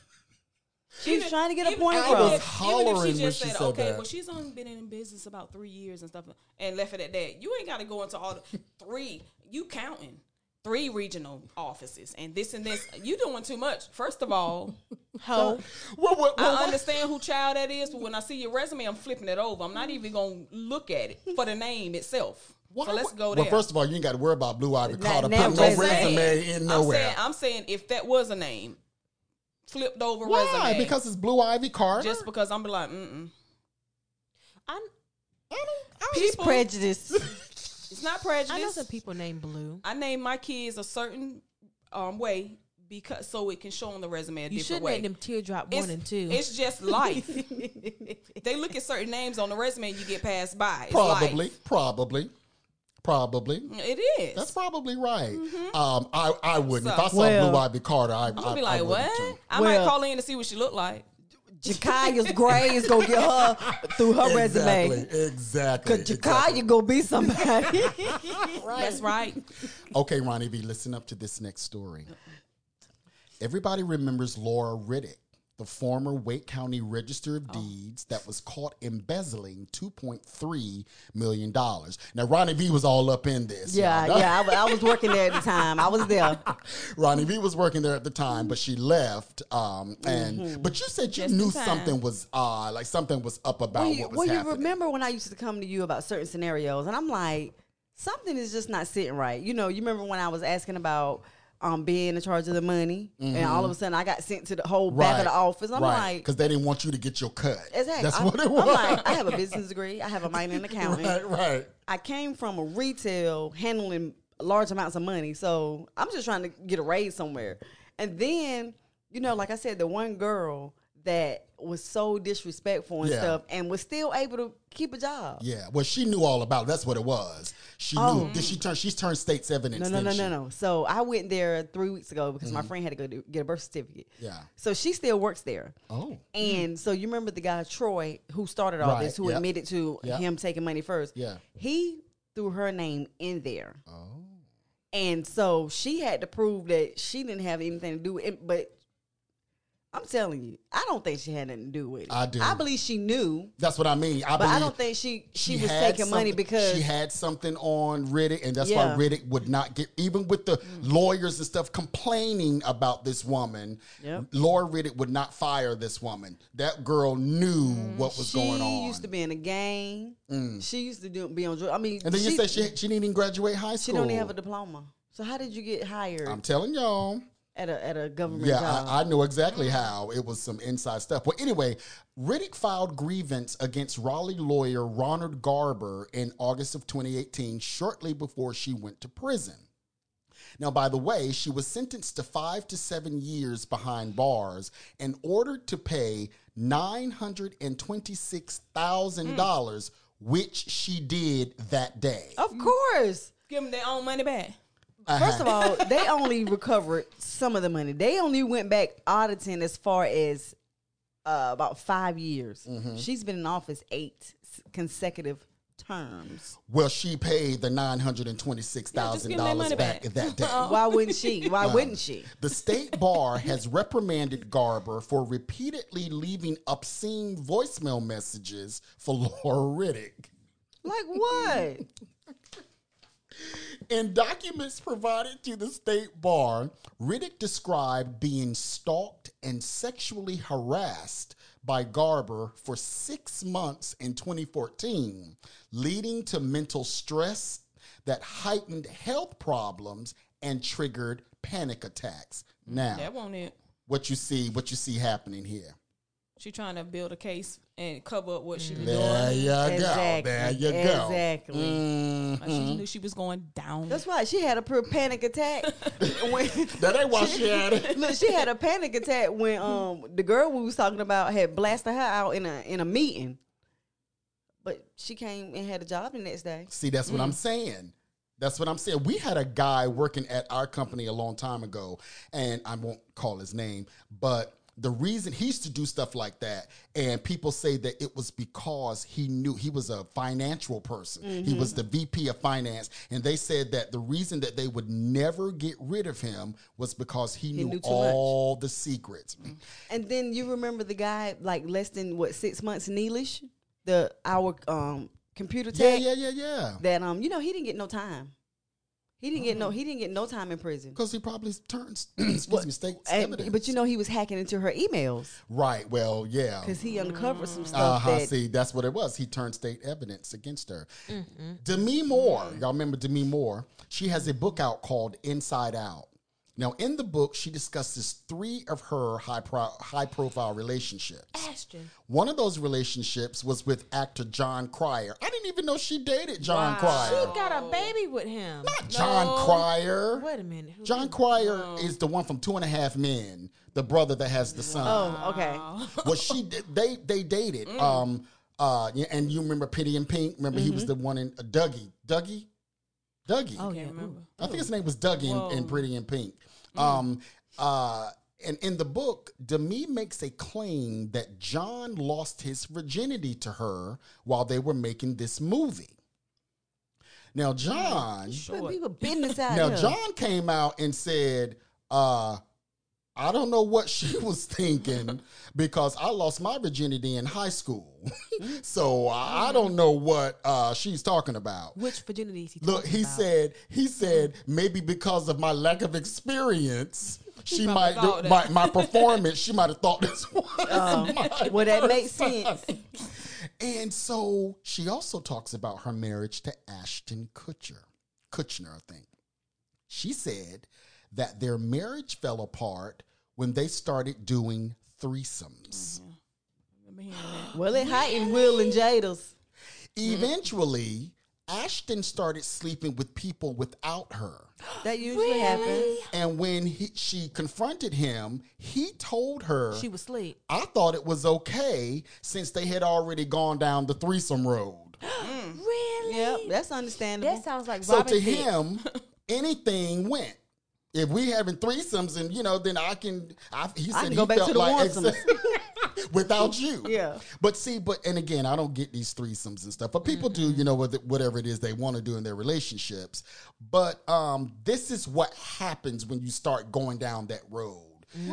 Speaker 4: She's
Speaker 5: Even-
Speaker 4: trying to get a
Speaker 5: even-
Speaker 4: point
Speaker 5: even
Speaker 4: across.
Speaker 2: I was
Speaker 5: if-
Speaker 2: hollering
Speaker 5: even if
Speaker 2: when
Speaker 5: she just
Speaker 2: she
Speaker 5: said,
Speaker 2: said
Speaker 5: okay,
Speaker 2: that.
Speaker 5: well, she's only been in business about three years and stuff, and left it at that. You ain't got to go into all the three. You counting three regional offices and this and this. You doing too much. First of all,
Speaker 4: Ho.
Speaker 2: Well, well, well,
Speaker 5: I
Speaker 2: why-
Speaker 5: understand who child that is, but when I see your resume, I'm flipping it over. I'm not even gonna look at it for the name itself.
Speaker 2: Why
Speaker 5: so let's
Speaker 2: would-
Speaker 5: go there.
Speaker 2: well, first of all, you ain't got to worry about Blue Ivy
Speaker 4: Not
Speaker 2: Carter
Speaker 4: now,
Speaker 2: putting
Speaker 4: but
Speaker 2: no
Speaker 4: I'm
Speaker 2: resume
Speaker 4: saying-
Speaker 2: in
Speaker 5: I'm
Speaker 2: nowhere.
Speaker 5: saying, I'm saying if that was a name, flipped over
Speaker 2: Why?
Speaker 5: resume.
Speaker 2: Because it's Blue Ivy Carter.
Speaker 5: just because I'm like, mm-mm.
Speaker 3: I,
Speaker 4: She's
Speaker 5: People- [LAUGHS]
Speaker 4: prejudiced.
Speaker 5: it's not
Speaker 3: I know
Speaker 5: prejudice.
Speaker 3: some people named Blue.
Speaker 5: I name my kids a certain um, way because so it can show on the resume a
Speaker 3: You should
Speaker 5: different
Speaker 3: have
Speaker 5: way.
Speaker 3: made them teardrop
Speaker 5: it's,
Speaker 3: one and two.
Speaker 5: It's just life.
Speaker 3: [LAUGHS]
Speaker 5: they look at certain names on the resume and you get passed by. It's
Speaker 2: Probably,
Speaker 5: life. Mm-hmm.
Speaker 2: probably, probably.
Speaker 5: It is.
Speaker 2: That's probably right. Um, I, I wouldn't. if
Speaker 5: So-
Speaker 2: I saw
Speaker 4: Well-
Speaker 2: Blue Eye B. Carter, I,
Speaker 5: I'm
Speaker 2: I,
Speaker 5: gonna Mm-hmm. be
Speaker 2: I
Speaker 5: like,
Speaker 2: wouldn't
Speaker 5: what?
Speaker 2: too.
Speaker 5: I might
Speaker 4: Well-
Speaker 5: call in to see what she looked like.
Speaker 4: Jakaya's gray is gonna get her through her resume.
Speaker 2: Exactly. Exactly.
Speaker 4: Cause
Speaker 2: exactly.
Speaker 4: Jakaya gonna
Speaker 2: [LAUGHS]
Speaker 4: be somebody.
Speaker 5: That's right.
Speaker 3: [LAUGHS]
Speaker 2: Okay, Ronnie B, listen up to this next story. Everybody remembers Laura Riddick, the former Wake County Register
Speaker 4: Oh.
Speaker 2: of Deeds that was caught embezzling $2.3 million. Now, Ronnie B was all up in this.
Speaker 4: yeah,
Speaker 2: y'all.
Speaker 4: yeah. I, wa- I was working there at the time. I was there.
Speaker 2: [LAUGHS] Ronnie B was working there at the time, but she left. Um, and
Speaker 4: Mm-hmm.
Speaker 2: But you said you
Speaker 5: Just in
Speaker 2: knew
Speaker 5: time.
Speaker 2: something was odd, like something was up about
Speaker 4: Well, you,
Speaker 2: what was
Speaker 4: well, you
Speaker 2: happening.
Speaker 4: remember when I used to come to you about certain scenarios, and I'm like, something is just not sitting right. You know, you remember when I was asking about um, being in charge of the money, and
Speaker 2: Mm-hmm.
Speaker 4: all of a sudden I got sent to the whole back of the office. I'm like,
Speaker 2: because they didn't want you to get your cut.
Speaker 4: exactly.
Speaker 2: That's
Speaker 4: I'm,
Speaker 2: what it
Speaker 4: I'm
Speaker 2: was.
Speaker 4: like, I have a business degree. I have a minor in
Speaker 2: [LAUGHS]
Speaker 4: accounting.
Speaker 2: right, right.
Speaker 4: I came from a retail handling large amounts of money, so I'm just trying to get a raise somewhere. And then, you know, like I said, the one girl that was so disrespectful and
Speaker 2: Yeah.
Speaker 4: stuff, and was still able to keep a job.
Speaker 2: Yeah, well, she knew all about. It. That's what it was. She
Speaker 4: Oh.
Speaker 2: knew. Did she turn? She's turned state's evidence.
Speaker 4: No, no, no,
Speaker 2: didn't
Speaker 4: no,
Speaker 2: she?
Speaker 4: no. So I went there three weeks ago because my friend had to go do, get a birth certificate.
Speaker 2: Mm-hmm. Yeah.
Speaker 4: So she still works there.
Speaker 2: Oh.
Speaker 4: And so you remember the guy Troy who started all
Speaker 2: Right,
Speaker 4: this, who
Speaker 2: yep.
Speaker 4: admitted to
Speaker 2: Yep.
Speaker 4: him taking money first.
Speaker 2: Yeah.
Speaker 4: He threw her name in there.
Speaker 2: Oh.
Speaker 4: And so she had to prove that she didn't have anything to do with it. But I'm telling you, I don't think she had nothing to do with it.
Speaker 2: I do.
Speaker 4: I believe she knew,
Speaker 2: That's what I mean. I
Speaker 4: but I
Speaker 2: believe
Speaker 4: don't think she she, was
Speaker 2: had
Speaker 4: taking money
Speaker 2: something-
Speaker 4: because
Speaker 2: she had something on Riddick, and that's
Speaker 4: Yeah. Mm.
Speaker 2: why Riddick would not get even with the lawyers and stuff complaining about this woman.
Speaker 4: Yep.
Speaker 2: Laura Riddick would not fire this woman. That girl knew what was
Speaker 4: Mm. she
Speaker 2: going on. Mm.
Speaker 4: used to be in a gang. She used to do, be on drugs. I mean,
Speaker 2: and then you
Speaker 4: she-
Speaker 2: say she she didn't even graduate high
Speaker 4: She
Speaker 2: school.
Speaker 4: don't even have a diploma. So how did you get hired
Speaker 2: I'm telling y'all.
Speaker 4: at a at a government
Speaker 2: Yeah,
Speaker 4: job?
Speaker 2: I, I know exactly how. It was some inside stuff. Well, anyway, Riddick filed grievance against Raleigh lawyer Ronald Garber in August of 2018, shortly before she went to prison. Now, by the way, she was sentenced to five to seven years behind bars and ordered to pay $926,000,
Speaker 5: Hmm.
Speaker 2: which she did that day.
Speaker 5: Oh.
Speaker 4: of course.
Speaker 5: Give them their own money back.
Speaker 4: First of all, they only recovered some of the money. They only went back auditing as far as uh, about five years. She's been in office eight s- consecutive terms.
Speaker 2: Well, she paid the
Speaker 5: Yeah, just give them their
Speaker 2: $926,000
Speaker 5: money
Speaker 2: back
Speaker 5: back. [LAUGHS] Oh,
Speaker 2: that day.
Speaker 4: Why wouldn't she? Why wouldn't she?
Speaker 2: The state bar has reprimanded Garber for repeatedly leaving obscene voicemail messages for Laura Riddick.
Speaker 4: Like what?
Speaker 2: In documents provided to the state bar, Riddick described being stalked and sexually harassed by Garber for six months in 2014, leading to mental stress that heightened health problems and triggered panic attacks. Now,
Speaker 5: That won't it.
Speaker 2: what you see, what you see happening here.
Speaker 5: She trying to build a case and cover up what she was
Speaker 2: There
Speaker 5: doing.
Speaker 2: you go. There you go. Mm.
Speaker 4: Exactly.
Speaker 5: Like
Speaker 4: Mm-hmm.
Speaker 5: she knew she was going down.
Speaker 4: That's why she had a pure panic attack. when,
Speaker 2: That ain't why she had it. [LAUGHS]
Speaker 4: Look, she had a panic attack when um the girl we was talking about had blasted her out in a in a meeting. But she came and had a job the next day.
Speaker 2: See, that's what I'm saying. That's what I'm saying. We had a guy working at our company a long time ago, and I won't call his name, but the reason he used to do stuff like that, and people say that it was because he knew he was a financial person. He
Speaker 4: Mm-hmm.
Speaker 2: was the VP of finance, and they said that the reason that they would never get rid of him was because he, knew,
Speaker 4: knew too much. Mm.
Speaker 2: all the secrets.
Speaker 4: And then you remember the guy like less than what six months Neelish, the our um computer
Speaker 2: Yeah,
Speaker 4: tech
Speaker 2: yeah, yeah, yeah.
Speaker 4: that um you know he didn't get no time. He didn't
Speaker 2: Oh.
Speaker 4: get no he didn't get no time in prison.
Speaker 2: Because he probably turns [CLEARS THROAT] excuse me, state
Speaker 4: And-
Speaker 2: evidence.
Speaker 4: but you know he was hacking into her emails
Speaker 2: right? Well, yeah.
Speaker 4: because he uncovered some
Speaker 2: Uh
Speaker 4: stuff
Speaker 2: huh.
Speaker 4: that
Speaker 2: See, that's what it was. He turned state evidence against her.
Speaker 4: Mm-hmm.
Speaker 2: Demi Moore, y'all remember Demi Moore? She has a book out called Inside Out. Now, in the book, she discusses three of her high pro- high profile relationships.
Speaker 3: Ashton.
Speaker 2: One of those relationships was with actor John Cryer. I didn't even know she dated John Cryer.
Speaker 3: She got a baby with him.
Speaker 2: Not John Cryer.
Speaker 3: Wait a minute. Who-
Speaker 2: John Cryer is the one from Two and a Half Men, the brother that has the son.
Speaker 4: Oh, okay.
Speaker 2: [LAUGHS] Well, she did- they they dated.
Speaker 3: Mm.
Speaker 2: Um, uh, yeah, and you remember Pity and Pink? Remember he was the
Speaker 3: Mm-hmm.
Speaker 2: one in uh, Dougie, Dougie, Dougie.
Speaker 3: Oh, yeah. Ooh.
Speaker 2: I think his name was Dougie in, in Pretty in Pink.
Speaker 3: Mm.
Speaker 2: Um, uh, and in the book, Demi makes a claim that John lost his virginity to her while they were making this movie. Now, John,
Speaker 4: But we were business out
Speaker 2: now
Speaker 4: here.
Speaker 2: John came out and said, uh, "I don't know what [LAUGHS] she was thinking because I lost my virginity in high school, [LAUGHS] so I I don't know what uh, she's talking about."
Speaker 3: Which virginity is he
Speaker 2: Look,
Speaker 3: talking
Speaker 2: he
Speaker 3: about?
Speaker 2: said he said maybe because of my lack of experience, she might
Speaker 5: thought
Speaker 2: my, my performance, she might have thought this was my
Speaker 4: well, that
Speaker 2: first
Speaker 4: makes sense.
Speaker 2: time. And so she also talks about her marriage to Ashton Kutcher, Kutchner, I think. She said that their marriage fell apart when they started doing threesomes.
Speaker 4: Well, it heightened Will and Jada's.
Speaker 2: Eventually, Ashton started sleeping with people without her.
Speaker 4: That usually happens.
Speaker 2: And when he, she confronted him, he told her,
Speaker 3: she was asleep.
Speaker 2: I thought it was okay since they had already gone down the threesome road.
Speaker 3: Really?
Speaker 4: Yep, that's understandable.
Speaker 3: That sounds like
Speaker 2: so
Speaker 3: Robin
Speaker 2: to
Speaker 3: Thicke.
Speaker 2: him,
Speaker 4: [LAUGHS]
Speaker 2: anything went. If we having threesomes and you know, then I can. I, he said
Speaker 4: can
Speaker 2: he
Speaker 4: go back
Speaker 2: felt
Speaker 4: to the
Speaker 2: like
Speaker 4: onesomes.
Speaker 2: ex- [LAUGHS] without you.
Speaker 4: Yeah.
Speaker 2: But see, but and again, I don't get these threesomes and stuff. But people do, you know, with it- whatever it is they want to do in their relationships. But um, this is what happens when you start going down that road.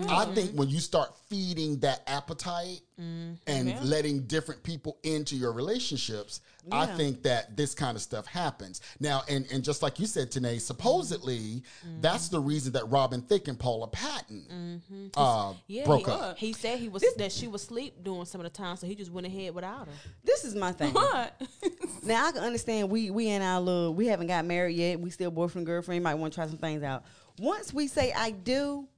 Speaker 2: I think when you start feeding that appetite and letting different people into your relationships, I think that this kind of stuff happens. Now, and, and just like you said, Tanae, supposedly that's the reason that Robin Thicke and Paula Patton uh,
Speaker 3: Yeah,
Speaker 2: broke
Speaker 3: he,
Speaker 2: up.
Speaker 3: he said he was that she was asleep during some of the time, so he just went ahead without her.
Speaker 4: This is my thing.
Speaker 3: Uh-huh.
Speaker 5: What?
Speaker 4: Now I can understand we we in our little we haven't got married yet. We still boyfriend girlfriend. Might want to try some things out. Once we say I do,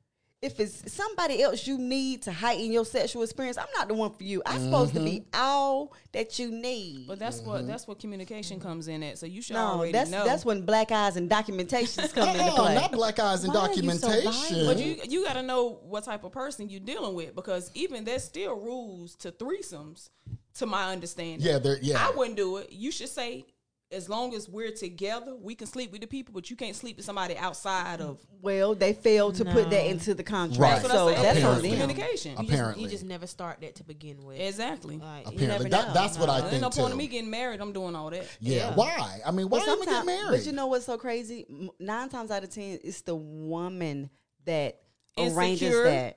Speaker 4: if it's somebody else you need to heighten your sexual experience, I'm not the one for you. I'm supposed to be
Speaker 2: Mm-hmm.
Speaker 4: all that you need.
Speaker 5: [LAUGHS] But that's what that's what communication
Speaker 2: Mm-hmm.
Speaker 5: comes in at. So you should
Speaker 4: no,
Speaker 5: already
Speaker 4: that's
Speaker 5: know.
Speaker 4: that's when black eyes and
Speaker 5: [LAUGHS]
Speaker 4: documentations come into
Speaker 2: Uh-uh,
Speaker 4: play.
Speaker 2: not black eyes and
Speaker 4: Why are you so
Speaker 2: documentation.
Speaker 4: violent?
Speaker 5: But you you got to know what type of person you're dealing with because even there's still rules to threesomes, to my understanding.
Speaker 2: yeah, there. Yeah,
Speaker 5: I wouldn't do it. You should say, as long as we're together, we can sleep with the people, but you can't sleep with somebody outside of.
Speaker 4: well, they failed to put that
Speaker 3: No.
Speaker 4: into the
Speaker 2: Right.
Speaker 4: contract,
Speaker 5: That's what
Speaker 4: so
Speaker 5: I say.
Speaker 4: that's on
Speaker 5: Apparently.
Speaker 4: them.
Speaker 5: communication.
Speaker 3: You just-
Speaker 2: Apparently.
Speaker 3: you just never start that to begin with.
Speaker 5: Exactly.
Speaker 3: Like, you
Speaker 2: apparently
Speaker 3: never
Speaker 2: that,
Speaker 3: know.
Speaker 2: that's what I
Speaker 3: No.
Speaker 2: think
Speaker 5: Ain't no
Speaker 2: too.
Speaker 5: point in me getting married. I'm doing all that.
Speaker 2: yeah.
Speaker 3: Yeah.
Speaker 2: why? I mean, why
Speaker 4: But
Speaker 2: am I
Speaker 4: sometime-
Speaker 2: getting married?
Speaker 4: But you know what's so crazy? M- Nine times out of ten, it's the woman that arranges
Speaker 5: Insecure.
Speaker 4: that.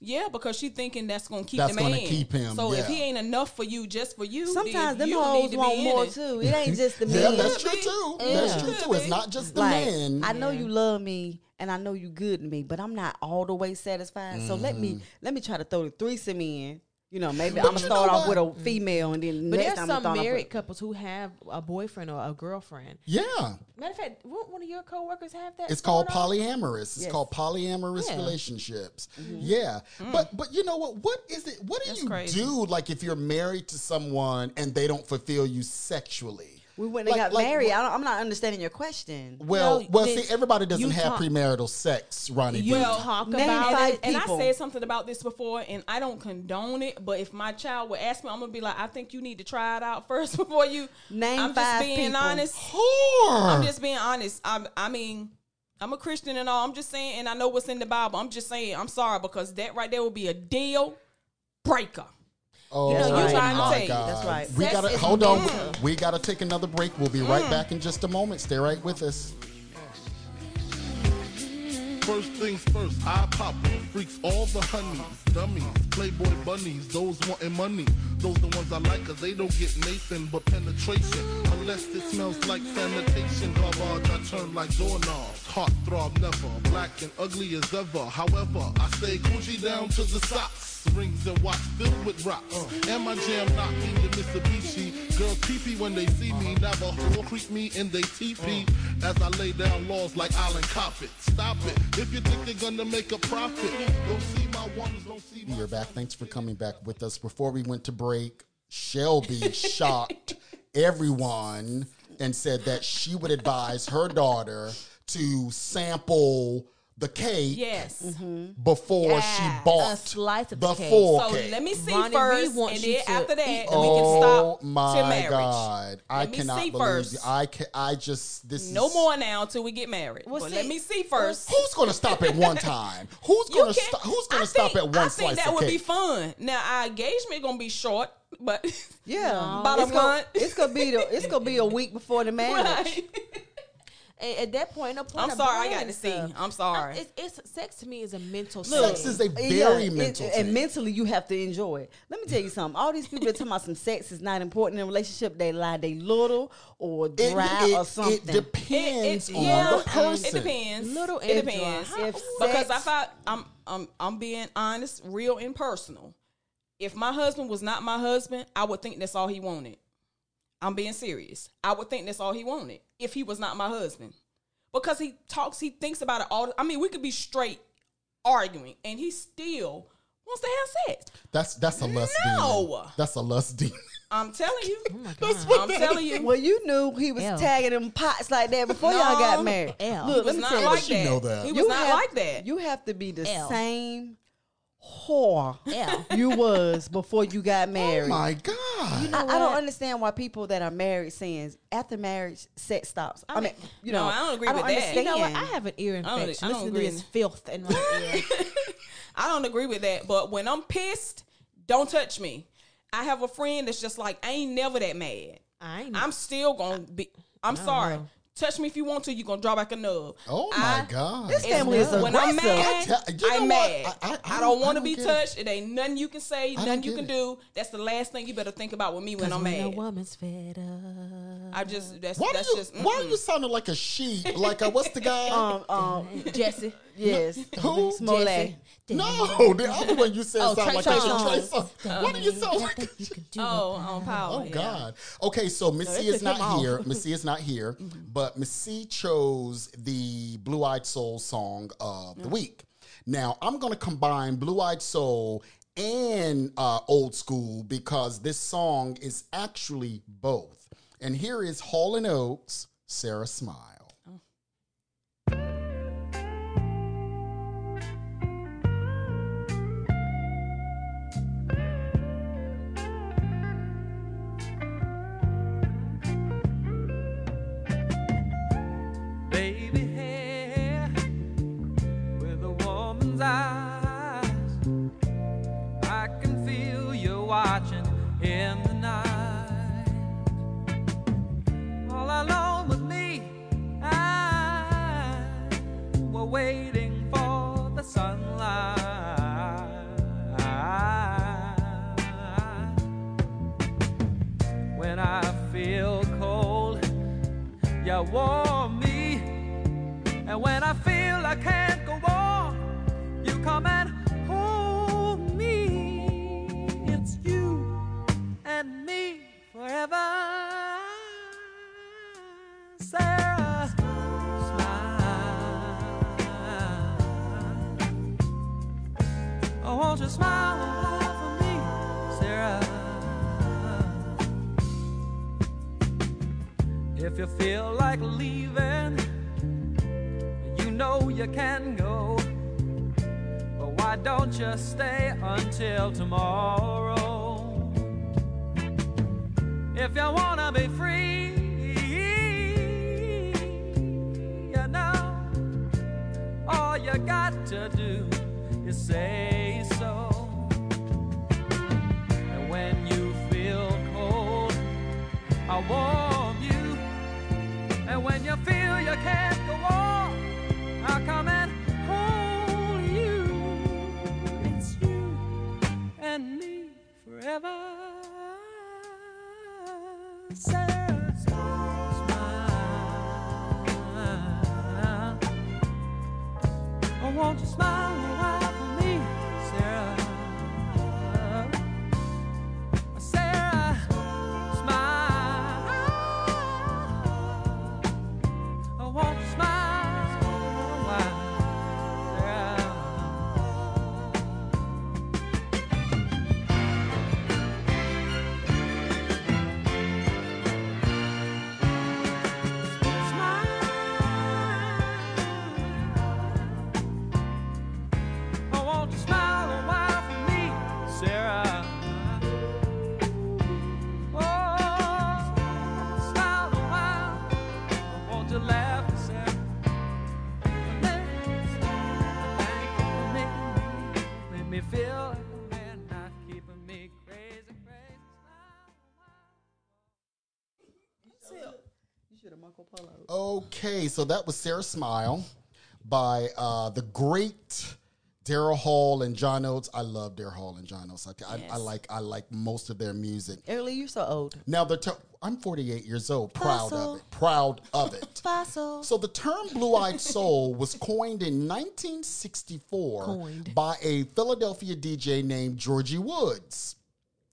Speaker 5: Yeah, because she thinking that's gonna keep
Speaker 2: That's
Speaker 5: the man.
Speaker 2: gonna keep him,
Speaker 5: So if
Speaker 2: yeah.
Speaker 5: he ain't enough for you, just for you,
Speaker 4: Sometimes
Speaker 5: then
Speaker 4: them
Speaker 5: you need
Speaker 4: hoes
Speaker 5: to
Speaker 4: want
Speaker 5: be in
Speaker 4: more
Speaker 5: it.
Speaker 4: too. It
Speaker 2: [LAUGHS]
Speaker 4: ain't just the
Speaker 2: yeah,
Speaker 4: men.
Speaker 2: that's
Speaker 5: Could
Speaker 2: true
Speaker 5: be.
Speaker 2: too.
Speaker 5: Yeah.
Speaker 2: That's true
Speaker 5: Could
Speaker 2: too. It's
Speaker 5: be.
Speaker 2: not just the
Speaker 4: like
Speaker 2: man.
Speaker 4: I know you love me and I know you good to me, but I'm not all the way satisfied. So let
Speaker 2: Mm-hmm.
Speaker 4: me let me try to throw the threesome in. You know, maybe I'm gonna
Speaker 2: you know
Speaker 4: start off
Speaker 2: what?
Speaker 4: with a female and then
Speaker 3: But
Speaker 4: next
Speaker 3: there's
Speaker 4: time
Speaker 3: some
Speaker 4: I'm gonna
Speaker 3: married
Speaker 4: start off
Speaker 3: couples who have a boyfriend or a girlfriend.
Speaker 2: yeah.
Speaker 3: Matter of fact, won't one of your coworkers have that?
Speaker 2: It's called
Speaker 3: going on?
Speaker 2: polyamorous. It's
Speaker 4: Yes.
Speaker 2: called polyamorous
Speaker 3: Yeah.
Speaker 2: relationships. Yeah, but but you know what? What is it? What do
Speaker 5: That's
Speaker 2: you
Speaker 5: crazy.
Speaker 2: do? Like if you're married to someone and they don't fulfill you sexually.
Speaker 4: with. we went
Speaker 2: Like-
Speaker 4: and got
Speaker 2: like,
Speaker 4: married.
Speaker 2: wh-
Speaker 4: I don't, I'm not understanding your question.
Speaker 2: Well,
Speaker 3: No,
Speaker 2: well,
Speaker 3: then
Speaker 2: see, everybody
Speaker 3: you
Speaker 2: doesn't have
Speaker 3: talk-
Speaker 2: premarital sex, Ronnie.
Speaker 3: You
Speaker 2: B.
Speaker 3: talk
Speaker 4: Name
Speaker 3: about
Speaker 4: five
Speaker 3: it.
Speaker 5: And I
Speaker 4: people.
Speaker 5: said something about this before, and I don't condone it. But if my child would ask me, I'm gonna be like, I think you need to try it out [LAUGHS] first before you.
Speaker 4: Name
Speaker 5: I'm
Speaker 4: five
Speaker 5: just being
Speaker 4: people.
Speaker 5: honest.
Speaker 2: Whore.
Speaker 5: I'm just being honest. I'm, I mean, I'm a Christian and all. I'm just saying, and I know what's in the Bible. I'm just saying, I'm sorry because that right there would be a deal breaker.
Speaker 2: oh,
Speaker 5: know, you
Speaker 2: my
Speaker 5: trying to take-
Speaker 2: God.
Speaker 4: That's right.
Speaker 2: We
Speaker 5: Sex
Speaker 2: gotta
Speaker 5: is Mm.
Speaker 2: hold on.
Speaker 5: mental.
Speaker 2: We gotta take another break. We'll be right back in just a moment. Stay right with us.
Speaker 6: First things first, I pop em. freaks all the honeys, dummies, playboy bunnies, those wanting money. Those the ones I like cause they don't get Nathan but penetration. Unless it smells like sanitation, garbage I turn like doorknobs. Heartthrob never, black and ugly as ever. However, I stay Gucci down to the socks. rings and watch filled with rocks. And my jam knocking the Mitsubishi. Girls teepee when they see me, never will creep me in they teepee. As I lay down laws like Island Coppet. Stop it. If you think they're gonna make a profit, don't see my wonders, don't see my
Speaker 2: We are back. Thanks for coming back with us. Before we went to break,
Speaker 5: [LAUGHS]
Speaker 2: Shelby shocked everyone and said that she would advise her daughter to sample the cake
Speaker 5: Yes.
Speaker 2: before
Speaker 3: Yeah,
Speaker 2: she
Speaker 3: a
Speaker 2: bought
Speaker 3: slice of
Speaker 2: the
Speaker 3: the cake.
Speaker 2: full
Speaker 5: So
Speaker 2: cake.
Speaker 5: let me see
Speaker 3: Ronnie, we
Speaker 5: first,
Speaker 3: want
Speaker 5: and
Speaker 3: you
Speaker 5: then
Speaker 3: to
Speaker 5: after that,
Speaker 3: eat.
Speaker 5: then we can
Speaker 2: oh
Speaker 5: stop to
Speaker 2: my
Speaker 5: marriage.
Speaker 2: god! I
Speaker 5: Let me
Speaker 2: cannot
Speaker 5: see
Speaker 2: believe
Speaker 5: first.
Speaker 2: you. I can. I just this
Speaker 5: No
Speaker 2: is,
Speaker 5: more now till we get married.
Speaker 3: Well,
Speaker 5: but
Speaker 3: see-
Speaker 5: let me see first.
Speaker 2: Who's gonna stop at one time? Who's
Speaker 5: You
Speaker 2: gonna
Speaker 5: can't-
Speaker 2: stop? Who's
Speaker 5: I
Speaker 2: gonna stop
Speaker 5: think-
Speaker 2: at
Speaker 5: I
Speaker 2: one
Speaker 5: think
Speaker 2: slice
Speaker 5: that
Speaker 2: of
Speaker 5: would
Speaker 2: cake?
Speaker 5: be fun. Now our engagement gonna be short, but [LAUGHS]
Speaker 4: Yeah,
Speaker 5: About a
Speaker 4: it's gonna,
Speaker 5: month.
Speaker 4: it's gonna be the, it's gonna be a week before the marriage.
Speaker 5: [LAUGHS] Right.
Speaker 3: At, at that point, no point.
Speaker 5: I'm
Speaker 3: of
Speaker 5: sorry, I
Speaker 3: buying
Speaker 5: got to see.
Speaker 3: stuff.
Speaker 5: I'm sorry.
Speaker 3: I- it's, it's sex to me is a mental
Speaker 2: Sex
Speaker 3: thing.
Speaker 2: is a
Speaker 4: Yeah,
Speaker 2: very
Speaker 4: it-
Speaker 2: mental
Speaker 4: and
Speaker 2: thing.
Speaker 4: mentally you have to enjoy it. Let me tell you something. All these people that talking about some sex is not important in a relationship. They lie, they little or
Speaker 2: It-
Speaker 4: dry
Speaker 2: it-
Speaker 4: or something.
Speaker 2: It depends on
Speaker 5: yeah,
Speaker 2: the person.
Speaker 5: It depends.
Speaker 4: Little
Speaker 5: it
Speaker 4: and dry.
Speaker 5: depends.
Speaker 4: If
Speaker 5: because
Speaker 4: sex-
Speaker 5: if I I'm I'm I'm being honest, real and personal. If my husband was not my husband, I would think that's all he wanted. I'm being serious. I would think that's all he wanted if he was not my husband. Because he talks, he thinks about it all. I mean, we could be straight arguing and he still wants to have sex.
Speaker 2: That's that's a lust
Speaker 5: No.
Speaker 2: demon. That's a lust demon. [LAUGHS]
Speaker 5: I'm telling you.
Speaker 2: Oh
Speaker 3: That's
Speaker 5: I'm telling you.
Speaker 4: well, you knew he was
Speaker 3: Ew.
Speaker 4: tagging them pots like that before y'all
Speaker 5: No.
Speaker 4: got married.
Speaker 3: Ew.
Speaker 4: Look,
Speaker 5: He was
Speaker 4: let me
Speaker 5: not
Speaker 4: tell you,
Speaker 5: like
Speaker 2: She
Speaker 5: that.
Speaker 2: know that.
Speaker 5: He
Speaker 2: You
Speaker 5: was not
Speaker 4: have-
Speaker 5: like that.
Speaker 4: You have to be the
Speaker 3: Ew.
Speaker 4: same whore
Speaker 3: Ew.
Speaker 4: you was before you
Speaker 5: Oh
Speaker 4: got married.
Speaker 2: My God.
Speaker 4: I, I don't understand why people that are married saying after marriage sex stops. I, mean, you
Speaker 5: no,
Speaker 4: know,
Speaker 5: I don't agree with that. You
Speaker 4: understand.
Speaker 5: know
Speaker 3: You know what? I have an ear
Speaker 5: don't-
Speaker 3: infection.
Speaker 5: I don't
Speaker 3: Listen to
Speaker 5: agree
Speaker 3: this
Speaker 5: in-
Speaker 3: filth in my
Speaker 5: [LAUGHS]
Speaker 3: ear.
Speaker 5: I don't agree with that, but when I'm pissed, don't touch me. I have a friend that's just like, I ain't never that mad.
Speaker 3: I ain't.
Speaker 5: I'm still gonna be. I'm
Speaker 3: don't
Speaker 5: sorry.
Speaker 3: know.
Speaker 5: Touch me if you want to. You are gonna draw back a nub.
Speaker 2: Oh
Speaker 5: I-
Speaker 2: my God.
Speaker 4: This
Speaker 5: It's-
Speaker 4: family is
Speaker 5: when I'm
Speaker 4: aggressive.
Speaker 5: mad,
Speaker 2: I tell- you know
Speaker 5: I'm
Speaker 2: what?
Speaker 5: mad. I,
Speaker 2: I- I- I
Speaker 5: don't
Speaker 2: don't- I
Speaker 5: want to
Speaker 2: don't
Speaker 5: be
Speaker 2: get it.
Speaker 5: touched. It. ain't nothing you can say,
Speaker 2: don't
Speaker 5: nothing you
Speaker 2: get
Speaker 5: can
Speaker 2: it.
Speaker 5: do. That's the last thing you better think about with me when I'm
Speaker 3: when a
Speaker 5: mad.
Speaker 3: woman's fed up.
Speaker 5: I just that's
Speaker 2: why
Speaker 5: that's
Speaker 2: do you
Speaker 5: just
Speaker 2: why are
Speaker 5: mm-mm.
Speaker 2: you sounding like a sheep? Like a, what's the
Speaker 5: [LAUGHS]
Speaker 2: guy?
Speaker 4: Um, um,
Speaker 3: [LAUGHS] Jesse.
Speaker 4: yes. [LAUGHS]
Speaker 2: Who?
Speaker 4: Smollett.
Speaker 2: no, the other one you said
Speaker 3: Oh,
Speaker 2: sounded like
Speaker 3: Trey
Speaker 2: a
Speaker 3: Songz.
Speaker 2: Trey Songz. Why do you
Speaker 5: Um,
Speaker 2: sound like a
Speaker 3: You
Speaker 2: sheep?
Speaker 3: can do
Speaker 5: Oh,
Speaker 3: it.
Speaker 5: on power.
Speaker 2: Oh
Speaker 5: yeah.
Speaker 2: God. Okay, so Missy
Speaker 3: they
Speaker 2: is
Speaker 3: took him
Speaker 2: not
Speaker 3: off. [LAUGHS] Mm-hmm.
Speaker 2: here. Missy is not here, but Missy chose the Blue Eyed Soul song of the week. Now I'm gonna combine Blue Eyed Soul and uh, Old School because this song is actually both. And here is Hall and Oates, Sarah Smile.
Speaker 7: baby hair with a woman's eyes. I can feel you watching in the night. All alone with me, I were waiting for the sunlight. When I feel cold, you warm me. And when I feel I can't go on, you come and hold me. It's you and me forever. Sarah, smile. Oh, won't you smile and laugh for me, Sarah? If you feel like leaving, you know you can go. But why don't you stay until tomorrow? If you wanna be free, you know, all you got to do is say so. And when you feel cold, I warm you. And when you feel you can't go on, I come and hold you. It's you and me forever. Sarah, smile. Oh, won't you smile a while for me, Sarah?
Speaker 4: should have Marco Polo.
Speaker 2: Okay, so that was Sarah Smile by uh, the great Daryl Hall and John Oates. I love Daryl Hall and John Oates. I, I- I, like I like most of their music.
Speaker 4: Early, you're so old.
Speaker 2: Now the ter- I'm 48 years old. Proud of
Speaker 4: Fossil.
Speaker 2: it. Proud of it.
Speaker 4: [LAUGHS] Fossil.
Speaker 2: So the term blue-eyed soul was coined in 1964
Speaker 3: Coined.
Speaker 2: by a Philadelphia DJ named Georgie Woods.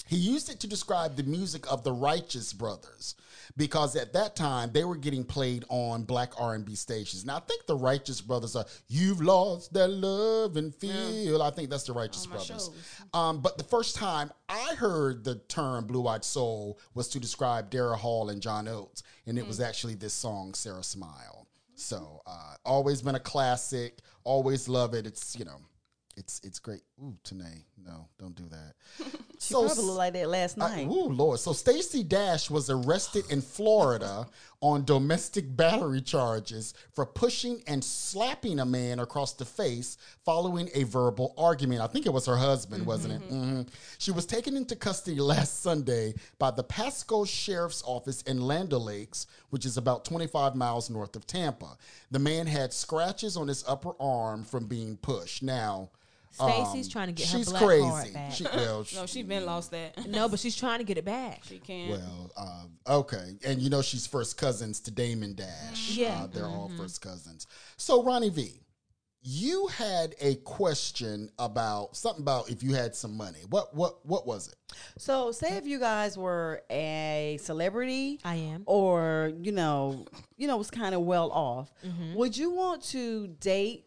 Speaker 2: He used it to describe the music of the Righteous Brothers because at that time they were getting played on black R&B stations. Now I think the Righteous Brothers are "You've Lost That Love and Feel." I think that's the Righteous Brothers. Um, but the first time I heard the term "blue-eyed soul" was to describe Daryl Hall and John Oates, and it was
Speaker 4: Mm.
Speaker 2: actually this song "Sarah Smile." So uh, always been a classic. Always love it. It's you know, it's it's great. Ooh, Tanae, no, don't do that.
Speaker 4: [LAUGHS] She
Speaker 2: So
Speaker 4: probably looked like that last
Speaker 2: I,
Speaker 4: night.
Speaker 2: Uh, ooh, Lord. So Stacey Dash was arrested in Florida on domestic battery charges for pushing and slapping a man across the face following a verbal argument. I think it was her husband, wasn't
Speaker 3: Mm-hmm.
Speaker 2: it? hmm She was taken into custody last Sunday by the Pasco Sheriff's Office in Land Lakes, which is about 25 miles north of Tampa. The man had scratches on his upper arm from being pushed. Now,
Speaker 3: Stacey's trying to get her
Speaker 2: she's
Speaker 3: black
Speaker 2: crazy.
Speaker 3: card back.
Speaker 2: She,
Speaker 3: [LAUGHS]
Speaker 2: well,
Speaker 5: No, she been lost that.
Speaker 3: no, but she's trying to get it back.
Speaker 5: She can.
Speaker 2: well, uh, okay, and you know she's first cousins to Damon Dash.
Speaker 3: Yeah.
Speaker 2: uh, they're all first cousins. So Ronnie V, you had a question about something about if you had some money. What what what was it?
Speaker 4: So, say if you guys were a celebrity,
Speaker 3: I am.
Speaker 4: or you know, you know, was kind of well off.
Speaker 3: Mm-hmm.
Speaker 4: Would you want to date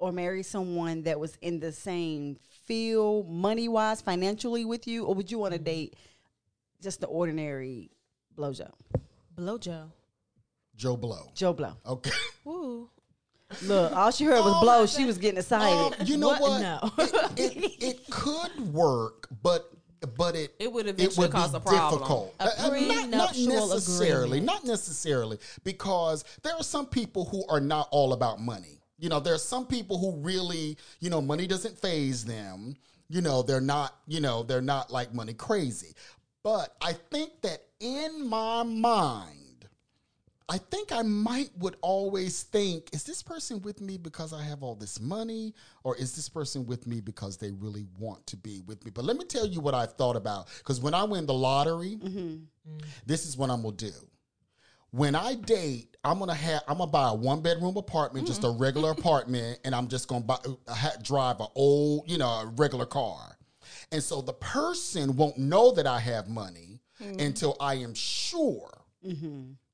Speaker 4: or marry someone that was in the same field, money wise, financially with you, or would you want
Speaker 3: Mm-hmm.
Speaker 4: to date just the ordinary blowjob,
Speaker 3: Blow Joe.
Speaker 2: Joe Blow.
Speaker 4: Joe Blow?
Speaker 2: Okay,
Speaker 3: Woo.
Speaker 4: Look, all she heard was
Speaker 2: Oh,
Speaker 4: blow. She was getting
Speaker 2: Um,
Speaker 4: excited.
Speaker 2: you know what?
Speaker 3: What? No.
Speaker 2: it, it it could work, but. But it
Speaker 5: It would eventually cause a problem.
Speaker 2: difficult.
Speaker 3: A
Speaker 2: Uh, uh, not, not
Speaker 3: prenuptial
Speaker 2: necessarily,
Speaker 3: agreement.
Speaker 2: not necessarily, because there are some people who are not all about money. You know, there are some people who really, you know, money doesn't phase them. You know, they're not, you know, they're not like money crazy. But I think that in my mind, I think I might would always think, is this person with me because I have all this money, or is this person with me because they really want to be with me? But let me tell you what I've thought about. Because when I win the lottery, this is what I'm gonna do. When I date, I'm gonna have I'm gonna buy a one bedroom apartment, just a
Speaker 3: Mm-hmm.
Speaker 2: regular apartment, and I'm just gonna buy uh, ha, drive a old, you know, a regular car. And so the person won't know that I have money
Speaker 3: Mm-hmm.
Speaker 2: until I am sure